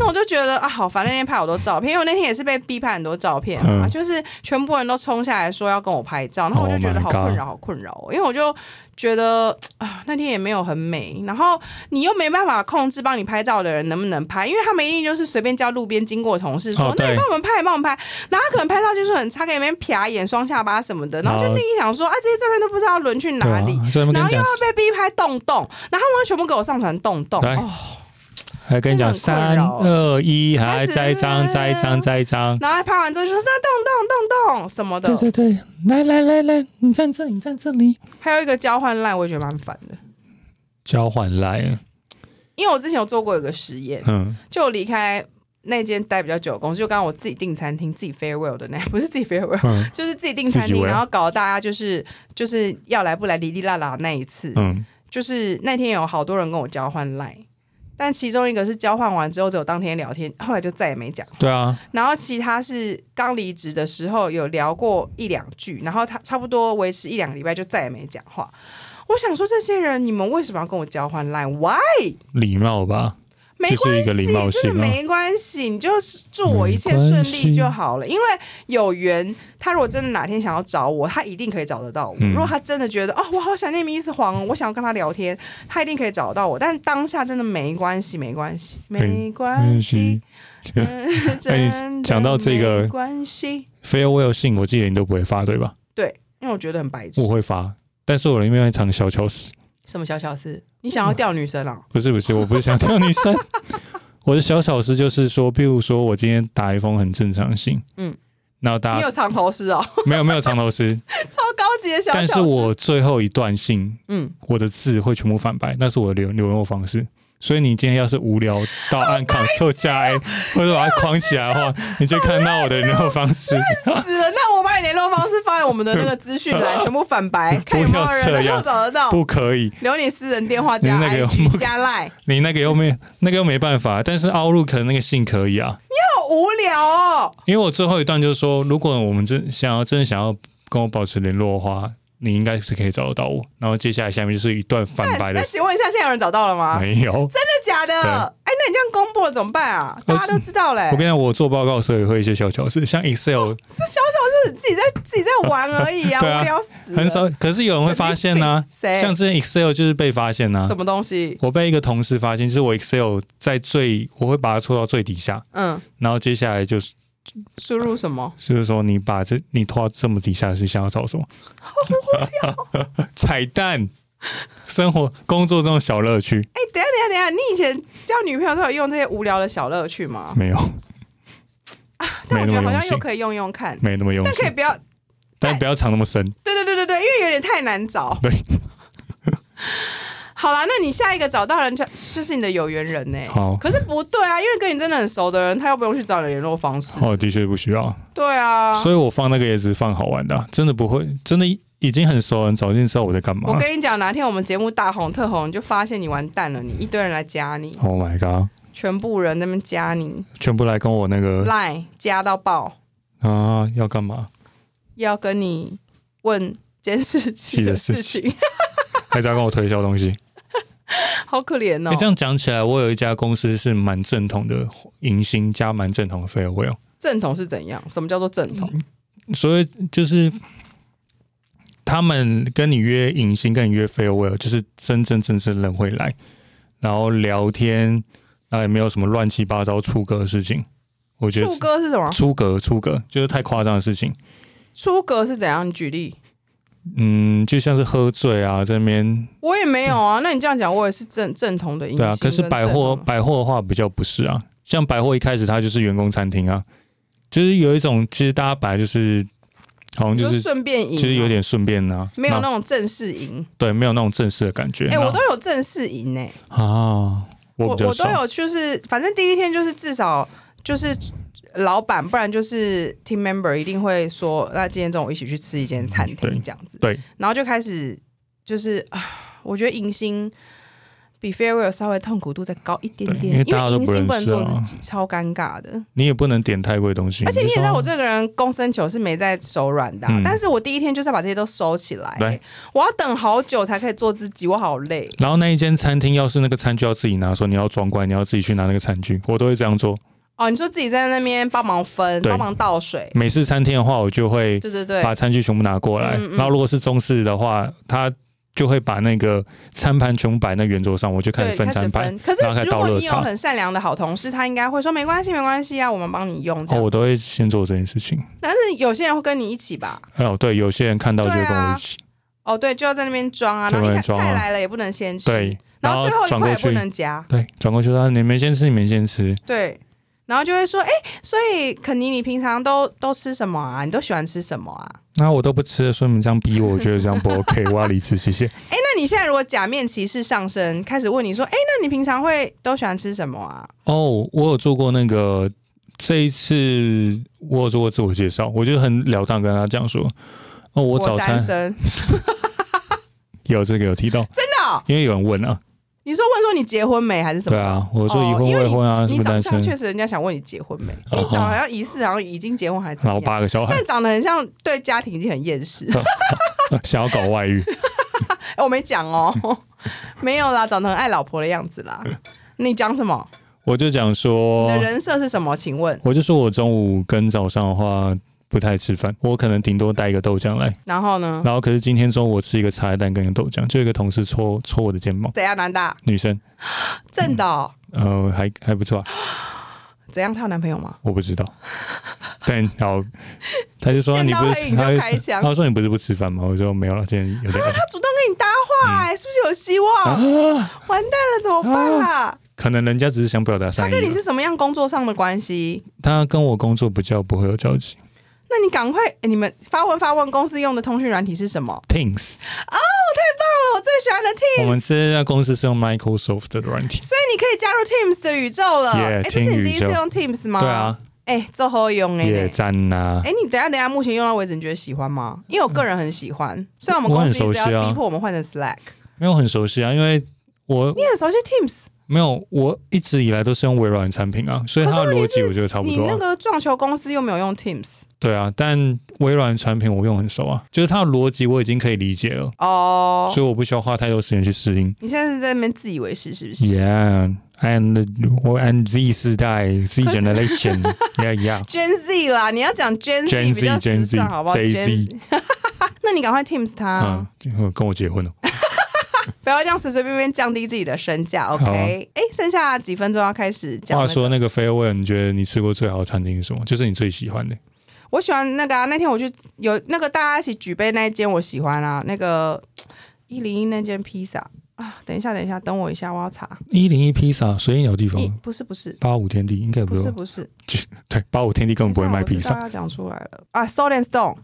那我就觉得啊，好烦！那天拍好多照片，因为我那天也是被逼拍很多照片啊，
嗯
就是全部人都冲下来说要跟我拍照，然后我就
Oh
觉得
my
好困
God
扰，好困扰哦、因为我就觉得啊，那天也没有很美，然后你又没办法控制帮你拍照的人能不能拍，因为他们一定就是随便叫路边经过的同事说，
哦
那你
对
帮我们拍，帮我们拍，然后他可能拍照技术很差，给里面撇眼、双下巴什么的，然后就
好
内心想说啊，这些照片都不知道轮去
对
哪
啊
里，，
在
然后
那边跟你
又
讲
要被逼拍洞洞，然后他们全部给我上传洞洞，
来
哦，
还跟你讲
真的很困
三
扰
二一，还
开始
摘一张摘一张摘一张，
然后拍完之后就说那动动动动什么的
对，对对，来来来来，你站这，你站这里，
还有一个交换烂，我也觉得蛮烦的。
交换来了，
因为我之前有做过一个实验，
嗯，
就我离开那间待比较久的公司，就刚刚我自己订餐厅，自己 farewell 的那，不是自己 farewell，
嗯
就是自己订餐
自己
厅，
玩
然后搞得大家就是就是要来不来哩哩啦啦那一次，
嗯，
就是那天有好多人跟我交换 line，但其中一个是交换完之后只有当天聊天， 后来就再也没讲。
对啊，
然后其他是刚离职的时候有聊过一两句，然后他差不多维持一两个礼拜就再也没讲话。我想说，这些人你们为什么要跟我交换 line？Why？
礼貌吧，
没
就
关系，
是一个礼貌性
真的
啊
没关系，你就是祝我一切顺利就好嗯了。因为有缘，他如果真的哪天想要找我，他一定可以找得到我。
嗯
如果他真的觉得哦，我好想念米斯黄哦，我想要跟他聊天，他一定可以找到我。但当下真的没关系，没关系，没关系。嗯
哎
真的
讲到这个
没关系，
farewell 信，我记得你都不会发对吧？
对，因为我觉得很白痴
我。会发，但是我里面会藏小巧思。
什么小小事？你想要钓女生啊？
不是 不是，我不是想跳女生。我的小巧思就是说，比如说我今天打一封很正常的信，嗯
嗯，
那大
你
家
有藏头诗哦，
没有没有长头 诗，
超高级的小
但
小
是
事。
我最后一段信，
嗯，
我的字会全部反白，那是我的流流落方式。所以你今天要是无聊到按 Ctrl 加
啊
A，或者把它框起来的话，你就看到我的流落方式。
死了！那我把你联络方式放在我们的那个资讯 栏，全部反白，看有没有人能够找得到。
不可以，
留你私人电话加
你那个有
IG 加赖，
你那个又没那个又没办法，但是 Outlook 那个信可以啊。
好无聊哦。
因为我最后一段就是说，如果我们真想要真的想要跟我保持联络的话，你应该是可以找得到我。然后接下来下面就是一段
那
反白的
哎那，请问一下，现在有人找到了吗？真
没有。
的假的？
对
哎，那你这样公布了怎么办啊？
我
大家都知道嘞
我，跟你讲，我做报告的时候也会一些小巧思，像 Excel
这小小事自己在自己在玩而已啊，
对啊
无聊死了。
很少，可是有人会发现啊呢、
神经病谁
像啊之前 Excel 就是被发现呢、
什么东西，
我被一个同事发现，就是我 Excel 在最，我会把它戳到最底下，
嗯，
然后接下来就是
输入什 么？
就是说你把这你拖到这么底下是想要找什么？ 彩蛋，生活工作中的小乐趣。
哎，等一下等一下等一下，你以前交女朋友都有用这些无聊的小乐趣吗？
没有，
但
没
我
那
觉得
么
好
用
像
心
又，可以用用看，
没那么用
但
心
可以，不要
但不要藏那么深。
对对对对对，因为有点太难找。
对。
好啦，那你下一个找到人，就就是你的有缘人呢、
好
可是不对啊，因为跟你真的很熟的人，他又不用去找你的联络方式。
哦，的确不需要，
对啊。
所以我放那个也只是放好玩的啊，真的不会，真的已经很熟了，很早就知道我在干嘛
我。跟你讲，哪天我们节目大红特红，你就发现你完蛋了，你一堆人来加你，
Oh my god！
全部人在那边加你，
全部来跟我那个
赖加到爆，
啊，要干嘛？
要跟你问监视器的事
器
情，
还在跟我推销东 西？
好可怜哦
哎、。这样讲起来，我有一家公司是蛮正统的迎新加蛮正统的哦 farewell，
正统是怎样？什么叫做正
嗯
统？
所以就是他们跟你约迎新，跟你约 farewell，就是真真正正人会来，然后聊天，然后也没有什么乱七八糟出格的事情。我觉得
出歌是什么？
出格出格就是太夸张的事情，
出格是怎样？你举例。
嗯，就像是喝醉啊，这边
我也没有啊，那你这样讲，我也是正正统的音。
对啊。可是百货百货的话比较不是啊，像百货一开始它就是员工餐厅啊，就是有一种其实大家本来就是好像就
就是顺便赢啊，
其实有点顺便啊，
没有
那
那种正式赢。
对没有那种正式的感觉。
哎、我
那
都有正式赢哎、
啊，我
我
比较
我都
少。
有，就是反正第一天就是至少就是老板，不然就是 team member 一定会说，那今天中午一起去吃一间餐
对
厅这样子，
对，
然后就开始就是啊，我觉得迎新。比 farewell 稍微痛苦度再高一点
对
点，
因
因
为大家都
迎
不
新不能
认识
做
啊
自己，超尴尬的。
你也不能点太贵的东西。
而且你也知道，我
就啊
这个人公生球是没在手软的啊、
嗯
但是我第一天就是要把这些都收起来、
对
我要等好久才可以做自己，我好累。
说。然后那一间餐厅，要是那个餐具要自己拿，说你要装罐，你要自己去拿那个餐具，我都会这样做。
哦，你说自己在那边帮忙分、
对
帮忙倒水，
美式餐厅的话，我就会
对对对，
把餐具全部拿过来。
嗯嗯
然后如果是中式的话，他就会把那个餐盘全部摆在圆桌上，我就开
对，
始分
开始
餐盘。
分。可是
然后开始
如
倒
果
热
你有
茶。
很善良的好同事，他应该会说没关系，没关系啊，我们帮你用这
哦，
样。
我都会先做这件事情。
但是有些人会跟你一起吧？啊
哦，对，有些人看到就会跟我一起，
哦，对，就要在那边装啊，
就
然后你看
在那边装啊
菜来了也不能先吃，
对，
然
然
后
后
最后一
转
块也
过
不
去，
能夹，
对，转过去说啊你们先吃，你们先吃，
对，然后就会说，哎、所以肯尼，你平常都都吃什么啊？你都喜欢吃什么啊？
那我都不吃了，所以你们这样逼我，我觉得这样不 OK，我要离职，谢谢。
哎、那你现在如果假面骑士上身，开始问你说，哎、那你平常会都喜欢吃什么啊？
哦，我有做过那个，这一次我有做过自我介绍，我就很了当跟他讲说，哦，我早餐
单身，
有这个有提到，
真的哦、
因为有人问啊，
你说问说你结婚没还是什么？
对啊，我说已
哦
婚
因为
未婚啊，
你
什么
长
单
相
身，
确实，人家想问你结婚没？
哦
你长得好像疑似，好像已经结婚还是怎
然后
么样？
八个小孩
但长得很像对家庭已经很厌世。
想要搞外遇，
哎我没讲哦， 没有啦，长得很爱老婆的样子啦。你讲什么？
我就讲
你
说
的，人设是什么？请问，
我就说我中午跟早上的话不太吃饭，我可能顶多带一个豆浆来，
然后呢？
然后可是今天中午我吃一个茶叶蛋跟一个豆浆，就有一个同事戳戳我的肩膀，
怎样，男大
女生，
正的哦、
呃，还还不错啊，
怎样？她有男朋友吗？
我不知道。 但然后他就说啊
见
你
到
不
黑
是，
影就
他就
开枪
说他说你不是不吃饭吗？我说没有了，今天有点饿
她主动跟你搭
嗯
话、哎、是不是有希望？
啊
完蛋了，怎么办啊？
可能人家只是想表达
她
善意
跟你
吧。
是什么样工作上的关系？
他跟我工作比较不会有交集。
那你赶快，哎你们发问发问，公司用的通讯软体是什么？
Things，
哦，我最喜欢的 Teams，
我们这家公司是用 Microsoft 的软体。
所以你可以加入 Teams 的宇宙了。哎这
Yeah，
是你
听
第一
宇
次
宙
用 Teams 吗？
对。啊，
哎、这好用哎、
也赞呐
哎、。你等一下等一下，目前用到为止，你觉得喜欢吗？因为我个人很喜欢，虽然我们
我
公
很
司一直
熟悉
要
啊
逼迫我们换成 Slack，
没有很熟悉啊，因为我
你很熟悉 Teams，
没有，我一直以来都是用微软的产品啊，所以它的逻辑我觉得差不
你
多啊、
那个撞球公司又没有用 Teams
对啊，但微软的产品我用很熟啊，就是它的逻辑我已经可以理解了，
哦。
所以我不需要花太多时间去适应。
你现在是在那边自以为是，是不是
Yeah, and or and Z 世代 Z generation, yeah, yeah,
Gen Z 啦，你要讲 Gen
Gen
Z 比
Z,
较
Gen
时
Z,
尚，好不好
J
Gen
Z，
Z 那你赶快 Teams 他、
嗯，就跟我结婚了。
不要这样随随便便降低自己的身价，OK？
好啊
哎、剩下几分钟要开始讲、那
话
个
说那个 farewell，你觉得你吃过最好的餐厅是什么？就是你最喜欢的。
我喜欢那个啊，那天我去有那个大家一起举杯那一间，我喜欢啊，那个一零一那间披萨啊。等一下，等一下，等我一下，我要查。
一零一披萨，随意鸟地
一
方，
不是不是
八五天地应该
不
不
是
是，
不是，
对，八五天地根本不会卖披
等一下我知
萨
道要讲出来了啊，Soul and Stone，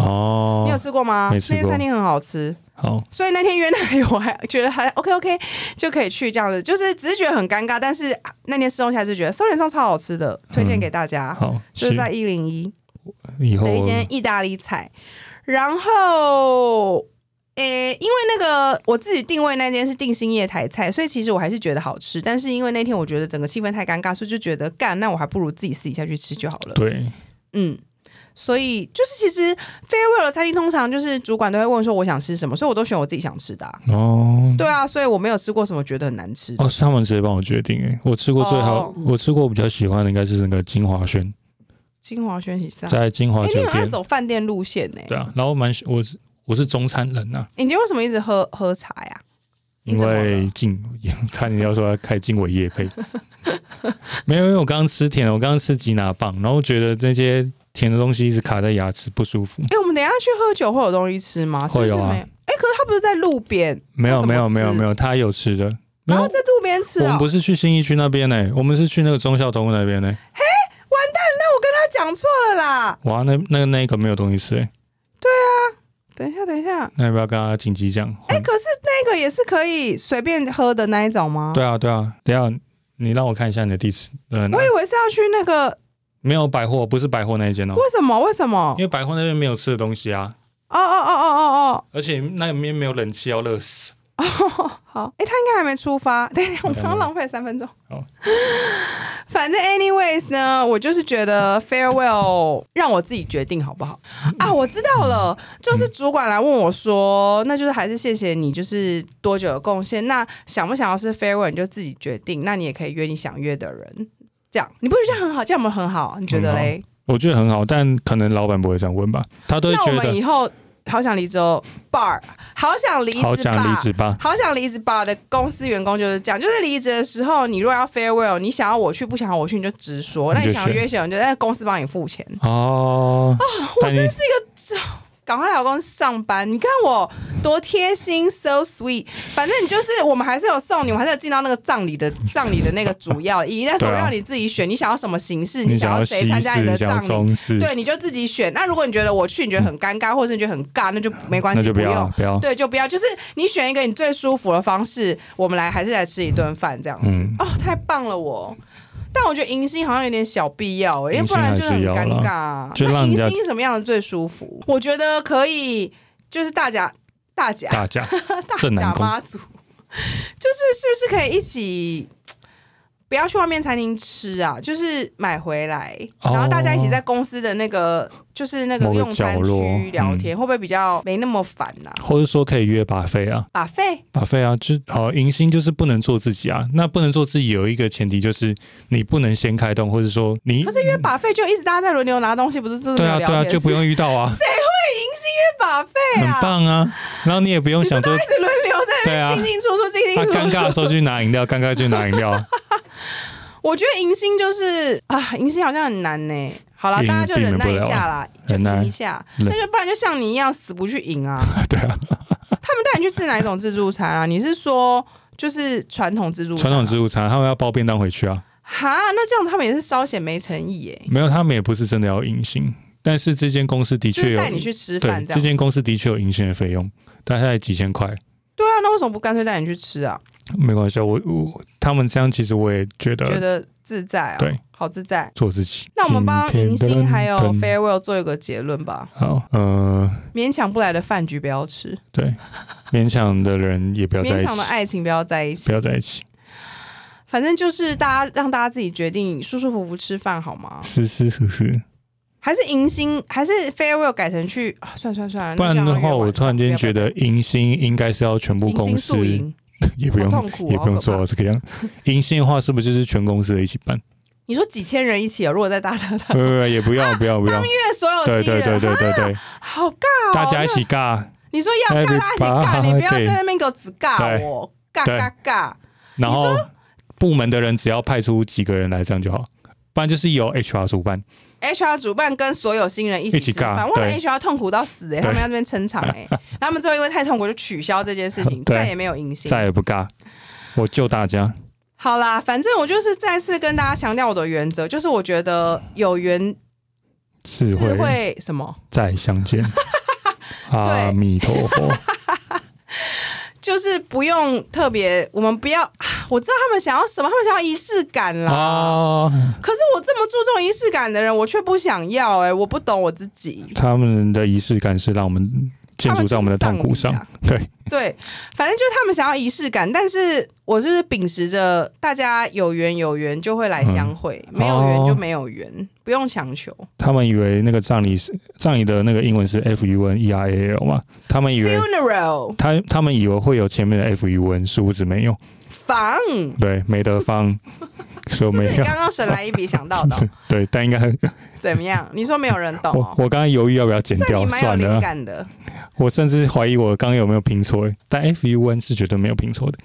啊
哦
你有。吃过吗？
没吃过
那间餐厅很好吃，
好，
所以那天约那里，我还觉得还 OK OK，就可以去这样子，就是只是觉得很尴尬，但是啊那天吃东西还是觉得 Soul and Stone 超好吃的，推荐给大家，
嗯好，
就是
是
啊
哦
在一零一。
以后
的一些意大利菜，然后，诶、因为那个我自己定位那间是定兴业台菜，所以其实我还是觉得好吃，但是因为那天我觉得整个气氛太尴尬，所以就觉得干，那我还不如自己私底下去吃就好了。
对，
嗯，所以就是其实 farewell 的餐厅通常就是主管都会问说我想吃什么，所以我都选我自己想吃的啊、
哦。
对啊，所以我没有吃过什么觉得很难吃的。
哦，是他们直接帮我决定诶。欸我吃过最好
哦，
我吃过比较喜欢的应该是那个金华轩，
金华轩喜上，哎、
在金华
你
酒
好像
店。
走饭店路线呢、
对啊，然后蛮喜我是我是中餐人呐、啊，
你今天为什么一直喝喝茶呀、你
因
怎么了
为进差点要说要开进伟业配， 没有，因为我刚刚吃甜的，我刚刚吃吉拿棒，然后觉得那些甜的东西一直卡在牙齿不舒服。
哎、我们等一下去喝酒会有东西吃吗？是不
会
是
有啊
没有？哎、可是他不是在路边，
没
那
有
怎么
没有没有
吃
没有，他有吃的，没
然后
有。
在路边吃
我
啊、
们不是去新义区那边呢、我们是去那个忠孝东路那边呢、
那我跟他讲错了啦！
哇，那那那个没有东西吃、欸，
等一下，等一下。
那要不要跟他紧急讲？
哎、可是那个也是可以随便喝的那一种吗？
对啊对啊，等一下你让我看一下你的地址。呃，
我以为是要去那个，
没有百货，不是百货那一间哦、
为什么？为什么
哦因？为百货那边没有吃的东西啊。
哦哦哦哦
而且那边没有冷气，要热死。
哦哦， 好。哎、他应该还没出发。等一下，我刚刚浪费三分钟。
好。
反正，anyways 呢，我就是觉得 farewell 让我自己决定好不好啊？我知道了，就是主管来问我说，那就是还是谢谢你，就是多久的贡献。那想不想要是 farewell 你就自己决定，那你也可以约你想约的人，这样你不觉得这样很好？这样我们很好，啊你觉得嘞？
我觉得很好，但可能老板不会这样问吧？他都会
那我
觉
们
得
以后好想离职哦，bar，好想离职，
好想离职吧？
好想离职吧的公司员工就是这样，就是离职的时候，你如果要 farewell，你想要我去，不想要我去，你就直说。那
你就
你想要
选
哦约谁，你就在公司帮你付钱。
哦，但你
是一个赶快来我公司上班。你看我多贴心，so sweet。反正你就是，我们还是有送你，我们还是有进到那个葬礼的葬礼的那个主要仪，但是我
对啊
让你自己选，你想要什么形式，
你
想
想要
谁
西
参加你的
式，
葬
想要
礼，
中式，
对，你就自己选。那如果你觉得我去，你觉得很尴尬，或者是你觉得很尬，那就没关系，
那就不要
用。
不要。
对，就不要，就是你选一个你最舒服的方式，我们来还是来吃一顿饭这样子。
嗯
哦，太棒了我！但我觉得迎新好像有点小必要、因为
迎
不
新
然
还
就是很
要
尴
啦
尬啊。
就
那
让人
迎
家
新什么样的最舒服？我觉得可以，就是大家大家
大家
大
正南
甲
宫
妈祖，就是是不是可以一起？不要去外面餐厅吃啊，就是买回来，
哦
然后大家一起在公司的那个，就是那个
某个
用餐
角落嗯
区聊天，会不会比较没那么烦呐、
或者说可以约把费啊，
把费
把费啊，就好迎新就是不能做自己啊。那不能做自己有一个前提就是你不能先开动，或者说你嗯
可是约把费就一直大家在轮流拿东西，不是就是没
对
有
啊
聊
对
天
啊，就不用遇到 啊，
约把费
很
啊，
棒啊。然后你也不用想说
一直轮流在那
对啊
边进进出出，进进
他
出出。
尴尬的时候去拿饮料，尴尬就去拿 饮料啊，
我觉得迎新就是啊，迎新好像很难呢、好了，
迎
大家就忍耐一
避免不了
下
啊
啦，就
忍耐
迎一下。
忍
那就不然就像你一样死不去迎啊。
对啊，
他们带你去吃哪一种自助餐啊？你是说就是传统自助餐
传
啊、
统自助餐他们要包便当回去啊，
哈？那这样他们也是稍显没诚意耶、
没有他们也不是真的要迎新，但是这间公司的
就
确
是
有
带你去吃
对
饭这
这
样。
间公司的确有迎新的费用，大概几千块。
对啊，那为什么不干脆带你去吃啊？
没关系，我我他们这样其实我也觉
觉
得
得自在啊，
对，
好自在。
做自己。
那我们帮
今
迎
天
新还有
噔噔
farewell 做一个结论吧，
好，呃，
勉强不来的饭局不要吃，
对，勉强的人也不要在
勉
一起
强的，爱情不要在一起
不，要在一起，
反正就是大家让大家自己决定，舒舒服服吃饭好吗？
是是是是，
还是迎新，还是 farewell 改成去？啊算算算了，
不然
那这
的
样要
话，
约晚
我
上
突然间觉得迎新应该是要全
不
部
要不要迎
公
新
司
宿营
也不用
好痛苦哦
也不
好
用
可
做
怕
到这个样。迎新的话，是不是就是全公司的一起办？
你说几千人一起哦，如果在大大大，
不不不，也不要不要不要，
因为所啊有新
对
人
对对对对对，
好尬哦，
大家一起尬，
那你说要尬，大家一起尬，你
Everybody
不要在那边给我只尬
对
我，尬
对
尬尬。
然后部门的人只要派出几个人来，这样就好。不然就是由 HR 主办，
HR 主办跟所有新人一起
一起
吃饭，
尬
哇
对
，HR 痛苦到死哎、欸，他
对
们要这边撑场 哎、欸，然后他们最后因为太痛苦就取消这件事情，
对
再也没有迎新。
再也不尬，我救大家。
好啦，反正我就是再次跟大家强调我的原则，就是我觉得有缘
智
自
慧
会什么，
再相 见，阿弥陀佛。
就是不用特别，我们不要，啊我知道他们想要什么，他们想要仪式感 啦。
啊，
可是我这么注重仪式感的人，我却不想要哎、我不懂我自己。
他们的仪式感是让我们建筑在我们的痛苦上
他们，
对，
啊对，反正就是他们想要仪式感，但是我就是秉持着大家有缘有缘就会来相会，
嗯
没有缘就没有缘，不用强求。
他们以为那个葬礼是葬礼的那个英文是 F U N E R A L 嘛，他们以为
Funeral
他他们以为会有前面的 F U N，殊不知没有，
房，
对，没得 放，所
这
以我
是
没
你
有。
刚刚神来一笔想到的哦、
对，但应该
怎么样？你说没有人懂
我
哦、
我刚刚犹豫要不要剪
算
掉，
你蛮有
算
灵
了，
感的。
我甚至怀疑我刚刚有没有拼错，但 F U N 是绝对没有拼错的，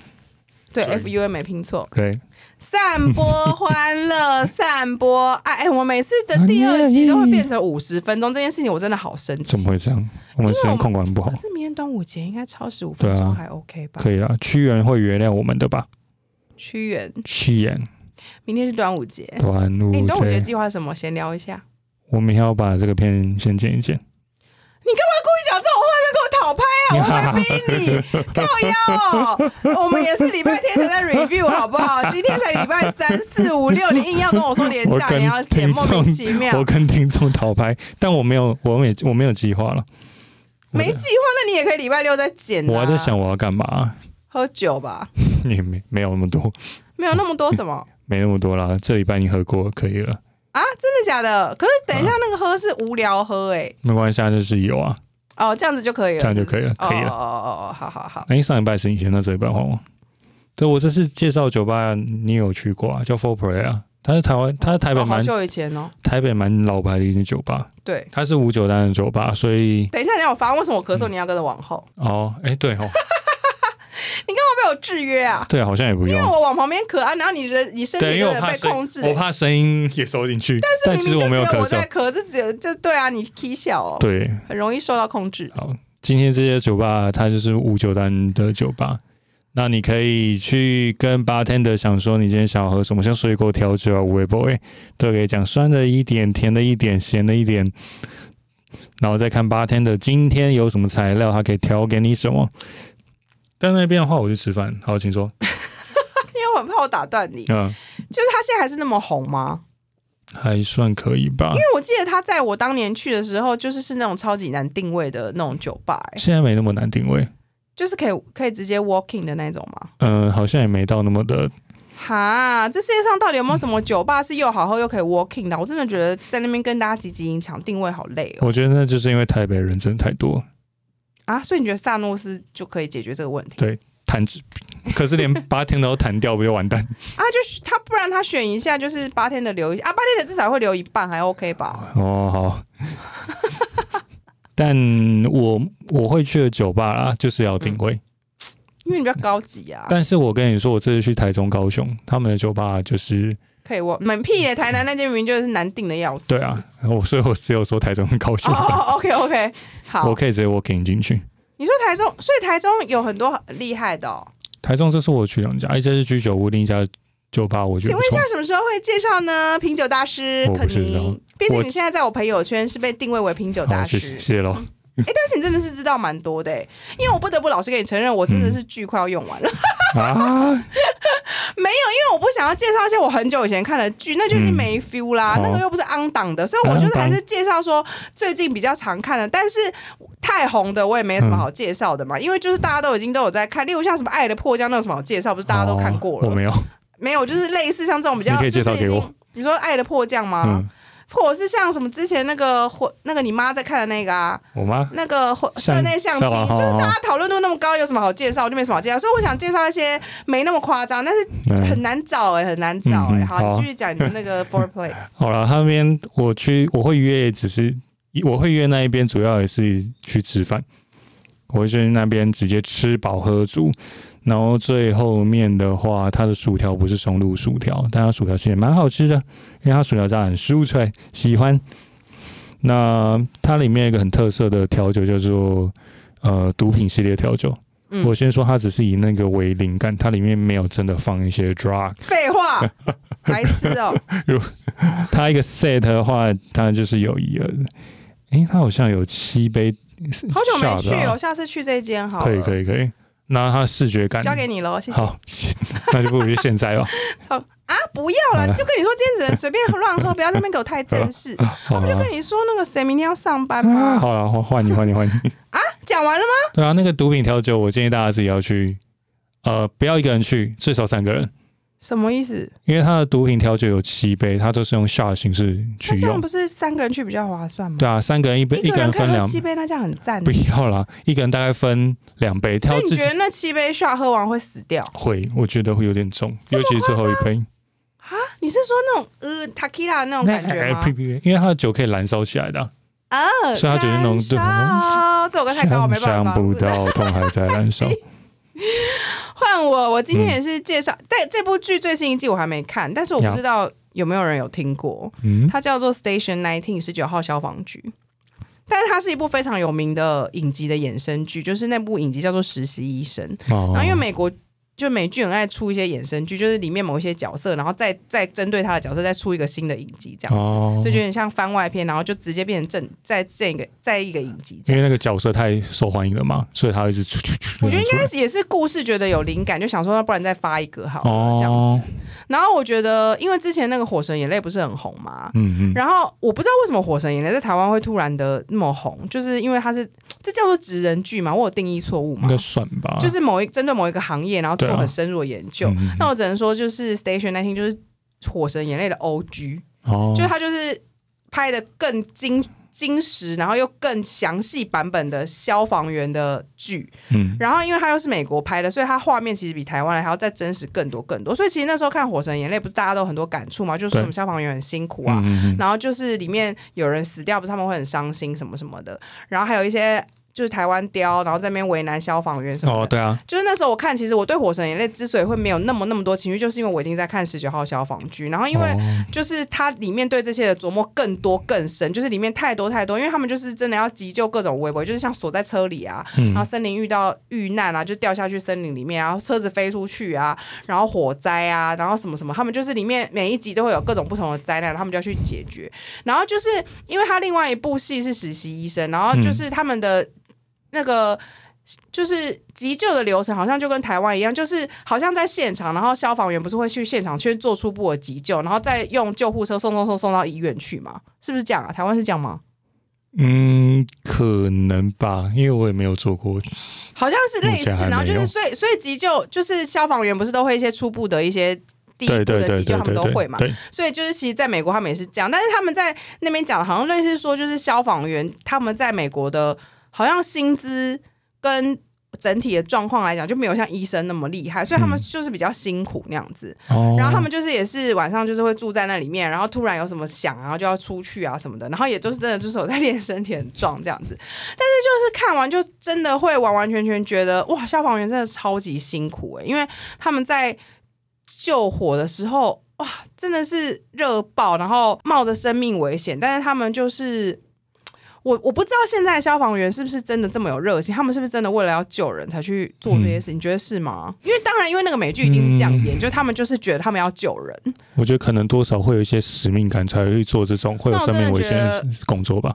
对
对
，F U A 没拼错，
对，
散播欢乐，散播爱。哎、我每次的第二集都会变成五十分钟，这件事情我真的好生
怎
气
么。会这样？我们时间控管不好
可。是明天端午节应该超十五
对
分
啊
钟还 OK 吧？
哦可以啦，屈原会原谅我们的吧？
屈原，
屈原，
明天是端午节。
端午
嗯哎、你端午节
节，
计划是什么？闲聊一下。你
我明天要把这个片先剪一剪。
故意讲这种话，面跟我讨拍啊！我 会逼你，靠腰哦。我们也是礼拜天才在 review 好不好？今天才礼拜三四五六，你硬要跟我说连
我
假
跟
你要剪，
听
莫名
众
其妙。
我跟 听众讨拍， 但我没有，我没我没有计划了。我
没计划，那你也可以礼拜六再剪、啊。
我还在想我要干嘛、
喝酒吧，
也没没有那么多，
没有那么多什么
没那么多啦。这礼拜你喝过可以了，
啊，真的假的？可是等一下那个喝是无聊喝哎、
没关系，啊，就是有啊。
哦，这样子就可以了，
这样就可以了
是不是
可以了
哦哦哦哦，好好好，
哎、上礼拜是你先，那这礼拜换我。对，我这次介绍酒吧，你有去过啊？叫 Four Play 啊，它是台湾，它是台北
哦好
蛮、
久以前哦，
台北蛮老牌的一间酒吧，
对。
它是无酒单的酒吧，所以
等一下，等一下，我发现为什么我咳嗽，你要跟着往后？
哦，哎、对哦，
会不会有制约啊？
对，好像也不
因为
用。
我往旁边咳啊，然后你人你身
对，
体
因
就
为我
是
怕
被
声
控制，，
我怕声音也收进去，但
明
其实
明就
没有
只
咳
我
嗽
在。咳，这只有就对啊，你 K 小哦，
对，
很容易受到控制。
好，今天这些酒吧它就是无酒单的酒吧，那你可以去跟 bartender 想说你今天想要喝什么，像水果调酒啊、五味 boy 都可以讲酸的一点、甜的一点、咸的一点，然后再看 bartender 今天有什么材料，他可以调给你什么。但那边的话，我去吃饭。好，请说。
因为我很怕我打断你，
嗯，
就是他现在还是那么红吗？
还算可以吧
因。为我记得他在我当年去的时候，就是是那种超级难定位的那种酒吧、欸
现在没那么难定位，
就是可以可以直接 walking 的那种吗？
嗯、好像也没到那么的
哈，这世界上到底有没有什么酒吧是又好喝又可以 walking 的？我真的觉得在那边跟大家积极营抢定位好累哦。
我觉得那就是因为台北人真的太多，
啊，所以你觉得萨诺斯就可以解决这个问题？
对弹指，可是连八天都弹掉，不就完蛋？
啊，就是他不然他选一下，就是八天的留一啊，八天的至少会留一半，还 OK 吧？
哦，好。 但我我会去的酒吧啦，就是要定
嗯
位。
因为你比较高级啊，
但是我跟你说，我这次去台中、高雄，他们的酒吧就是
可以 walk 门屁嘞，台南那间明明就是难定的要死。
对啊，我所以我只有说台中、高雄，
哦、o k OK，好
我，可以直接 walking 进去。
你说台中，所以台中有很多很厉害的哦。
台中这次我去两家，一家是居酒屋，另一家酒吧我觉
请
得不
问一
错
下，。什么时候会介绍呢？品酒大师
我
肯
不知道
尼，毕竟
我
你现在在我朋友圈是被定位为品酒大
好，
师
谢，谢谢喽。
但是你真的是知道蛮多的欸，因为我不得不老实跟你承认，我
嗯
真的是剧快要用完了，
啊，
因为我不想要介绍一些我很久以前看的剧，那就已经没 feel 啦，
嗯哦
那个
好
又不是 on 档的，所以我就是还是介绍说最近比较常看的，但是太红的我也没什
嗯
么好介绍的嘛，因为就是大家都已经都有在看，例如像什么《爱的迫降》那有什么好介绍，不 是大家都看过
哦我
了？
没有。
没有，就是类似像这种比较，
你可以介绍
就是已
给
经
我
你说《爱的迫降》吗？
嗯，
或者是像什么之前那个婚，那个你妈在看的那个啊，
我妈
那个婚
像
室内相亲，
像啊
就是
好好
大家讨论度那么高，有什么好介绍？就没什么好介绍，所以我想介绍一些没那么夸张，但是
嗯。
很难找哎、很难找哎、
嗯嗯
好，
好啊
你继续讲你的那个 foreplay，
好了，他那边我去我会约，只是我会约那一边，主要也是去吃饭。我会去那边直接吃饱喝足，然后最后面的话，它的薯条不是松露薯条，但它薯条其实也蛮好吃的，因为它薯条炸得很酥脆，喜欢。那它里面有一个很特色的调酒叫做呃毒品系列调酒。
嗯
我先说它只是以那个为灵感，它里面没有真的放一些 drug，
废话，白痴 哦、
它一个 set 的话，它就是有一个，诶、它好像有七杯，
好久没去
吓
哦、
到
下次去这间好了，
啊可以可以可以，那它视觉感
交给你喽，谢谢。
好， 那就不如就现在 吧。
啊，不要了，就跟你说今天只能随便乱喝，不要在那边给我太正式。
嗯 好
我就
了
跟，你说那个谁明天要上班
啊，
吗？
好了，换换你换你换你。
讲完了吗？
对啊，那个毒品调酒，我建议大家自己要去，呃，不要一个人去，最少三个人，
什么意思？
因为它的毒品调酒有七杯，它都是用 shot 形式
那
去
这样
用
不。是三个人去比较划算吗？
对啊，三个人一杯，
一
一
个
个
人
人
可以
分
喝
两，
七杯，那这样很赞
不。要啦，一个人大概分两杯，
所
挑
以你
自己
觉得那七杯 shot 喝完会死掉？
会，我觉得会有点重，尤其是最后一杯。
你是说那种呃 t a k i l a 那种感觉吗
哎？PPV 因为它的酒可以燃烧起来的啊、
啊，
所以它酒精浓度
燃烧这首歌太高，我没办
想
法。
不到痛还在燃烧。
换我，我今天
嗯
也是介绍，但这部剧最新一季我还没看，但是我不
呀
知道有没有人有听过，
嗯，
它叫做《Station Nineteen》十九号消防局。但是它是一部非常有名的影集的衍生剧，就是那部影集叫做《实习医生》，
哦
然后因为美国就美剧很爱出一些衍生剧，就是里面某一些角色，然后再再针对他的角色再出一个新的影集，这样子，
哦
就有，点像番外篇，然后就直接变成正在这个在一个影集这
因
样。
为那个角色太受欢迎了嘛，所以他一直出出出。
我觉得应该是也是故事觉得有灵感，就想说那不然再发一个好了、这样子。
哦，
然后我觉得，因为之前那个《火神眼泪》不是很红嘛，
嗯嗯，
然后我不知道为什么《火神眼泪》在台湾会突然的那么红，就是因为它是这叫做职人剧嘛，我有定义错误
应
嘛
该，算吧。
就是某一针对某一个行业，然后做
对啊
很深入的研究。
嗯嗯
那我只能说，就是 Station n i n 就是《火神眼泪》的 O G，、
哦，
就是它就是拍的更精精实，然后又更详细版本的消防员的剧。
嗯
然后因为它又是美国拍的，所以它画面其实比台湾的还要再真实更多更多。所以其实那时候看《火神眼泪》，不是大家都有很多感触嘛，就是说
对
我们消防员很辛苦啊，
嗯嗯嗯
然后就是里面有人死掉，不是他们会很伤心什么什么的，然后还有一些。就是台湾雕，然后在那边为难消防员什么的。
哦，对啊，
就是那时候我看，其实我对《火神眼泪》之所以会没有那么那么多情绪，就是因为我已经在看十九号消防局，然后因为
哦
就是它里面对这些的琢磨更多更深，就是里面太多太多，因为他们就是真的要急救各种微博，就是像锁在车里啊，然后森林遇到遇难啊，就掉下去森林里面，然后车子飞出去啊，然后火灾啊，然后什么什么，他们就是里面每一集都会有各种不同的灾难，他们就要去解决。然后就是因为他另外一部戏是实习医生，然后就是他们的那个。就是急救的流程好像就跟台湾一样，就是好像在现场，然后消防员不是会去现场去做初步的急救，然后再用救护车送送送送到医院去嘛？是不是这样啊？台湾是这样吗？
嗯，可能吧，因为我也没有做过，
好像是类
目
似，
前还没有
然后就是所以所以急救就是消防员不是都会一些初步的一些第一
对
步
对
的
对
急救，
对
他们
对
都会
对
嘛。
对，
所以就是其实在美国他们也是这样，但是他们在那边讲好像类似说就是消防员他们在美国的好像薪资跟。整体的状况来讲，就没有像医生那么厉害，所以他们
嗯
就是比较辛苦那样子。
哦，
然后他们就是也是晚上就是会住在那里面，然后突然有什么响，然后就要出去啊什么的，然后也就是真的就是有在练身体很壮这样子，但是就是看完就真的会完完全全觉得哇，消防员真的超级辛苦诶、欸因为他们在救火的时候哇，真的是热爆，然后冒着生命危险，但是他们就是。我我不知道现在消防员是不是真的这么有热情，他们是不是真的为了要救人才去做这些事情？你觉得是吗？因为当然，因为那个美剧一定是这样
嗯
演，就他们就是觉得他们要救人。
我觉得可能多少会有一些使命感，才会去做这种会有
那我
生命
真的
危
觉
险的工作吧。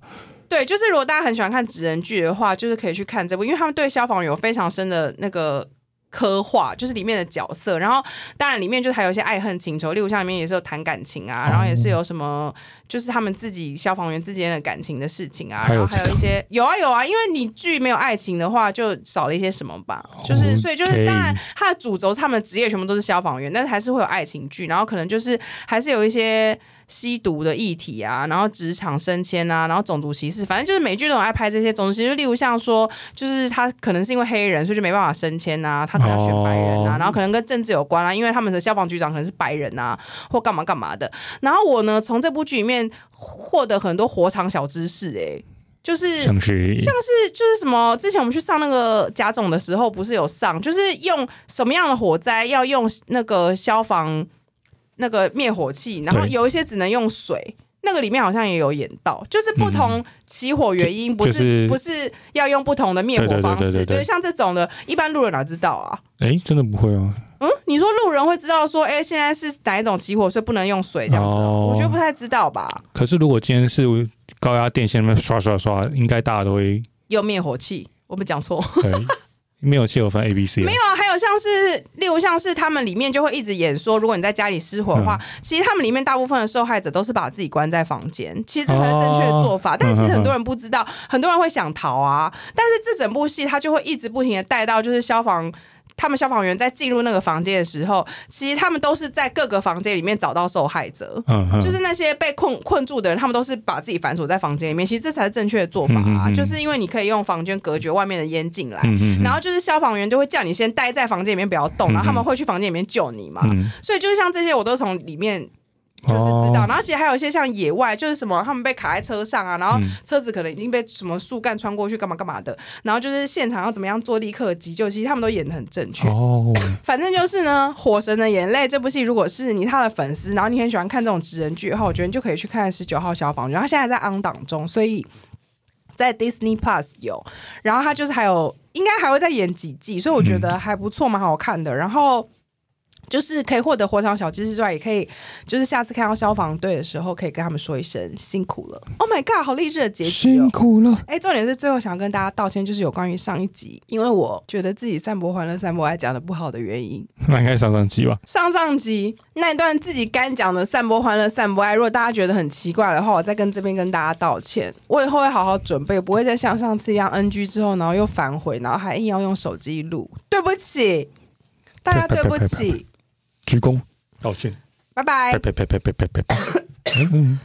对，就是如果大家很喜欢看职人剧的话，就是可以去看这部，因为他们对消防员有非常深的那个。刻画就是里面的角色，然后当然里面就是还有一些爱恨情仇，例如像里面也是有谈感情
哦
啊，然后也是有什么就是他们自己消防员之间的感情的事情啊，
还
然
有
后还有一些有啊有啊，因为你剧没有爱情的话，就少了一些什么吧，就是所以就是当然
哦 OK
它的主轴他们的职业全部都是消防员，但是还是会有爱情剧，然后可能就是还是有一些吸毒的议题啊，然后职场升迁啊，然后种族歧视，反正就是美剧都很爱拍这些种族歧视。就例如像说，就是他可能是因为黑人，所以就没办法升迁啊，他可能要选白人啊，
哦
然后可能跟政治有关啊，因为他们的消防局长可能是白人啊，或干嘛干嘛的。然后我呢，从这部剧里面获得很多火场小知识、欸，就是
像是
是就是什么？之前我们去上那个甲种的时候，不是有上，就是用什么样的火灾要用那个消防那个灭火器，然后
对
有一些只能用水。那个里面好像也有演到，就是不同起火原因，嗯不是、
就是
不是要用不同的灭火方
对
式，
对对对对对
对，像这种的，一般路人哪知道啊？
哎，真的不会哦。
嗯，你说路人会知道说，哎、现在是哪一种起火，所以不能用水这样子哦、
哦
我觉得不太知道吧？
可是如果今天是高压电线那边刷刷刷，应该大家都会
用灭火器，我们讲错。
对，没有汽油分 A B C，没有
啊，还有像是，例如像是他们里面就会一直演说，如果你在家里失火的话，其实他们里面大部分的受害者都是把自己关在房间，其实这才是正确的做法。但其实很多人不知道，很多人会想逃啊。但是这整部戏他就会一直不停的带到，就是消防。他们消防员在进入那个房间的时候，其实他们都是在各个房间里面找到受害者。
嗯哼，
就是那些被困困住的人，他们都是把自己反锁在房间里面，其实这才是正确的做法啊！
嗯嗯嗯
就是因为你可以用房间隔绝外面的烟进来，
嗯嗯，
然后就是消防员就会叫你先待在房间里面不要动，
嗯
然后他们会去房间里面救你嘛。
嗯
所以就是像这些，我都从里面就是知道。
哦
然后其实还有一些像野外，就是什么他们被卡在车上啊，然后
嗯
车子可能已经被什么树干穿过去，干嘛干嘛的。然后就是现场要怎么样做立刻急救，其实他们都演的很正确。
哦，
反正就是呢，《火神的眼泪》这部戏，如果是你他的粉丝，然后你很喜欢看这种职人剧的话，我觉得你就可以去看《十九号消防局》，然后现在在 on 档中，所以在 Disney Plus 有，然后他就是还有应该还会再演几季，所以我觉得还不错，蛮好看的。然后。就是可以获得火场小知识之外，也可以就是下次看到消防队的时候，可以跟他们说一声辛苦了。Oh my god，好励志的结局哦
辛！苦了，
哎，重点是最后想跟大家道歉，就是有关于上一集，因为我觉得自己散播欢乐、散播爱讲的不好的原因。
那应该上上机吧？
上上集那一段自己干讲的散播欢乐、散播爱，如果大家觉得很奇怪的话，我再跟这边跟大家道歉。我以后会好好准备，不会再像上次一样 NG 之后，然后又反悔，然后还硬要用手机录。对不起，大家对不起，
鞠躬道歉，
拜拜
呸。呸呸呸呸呸呸。嗯嗯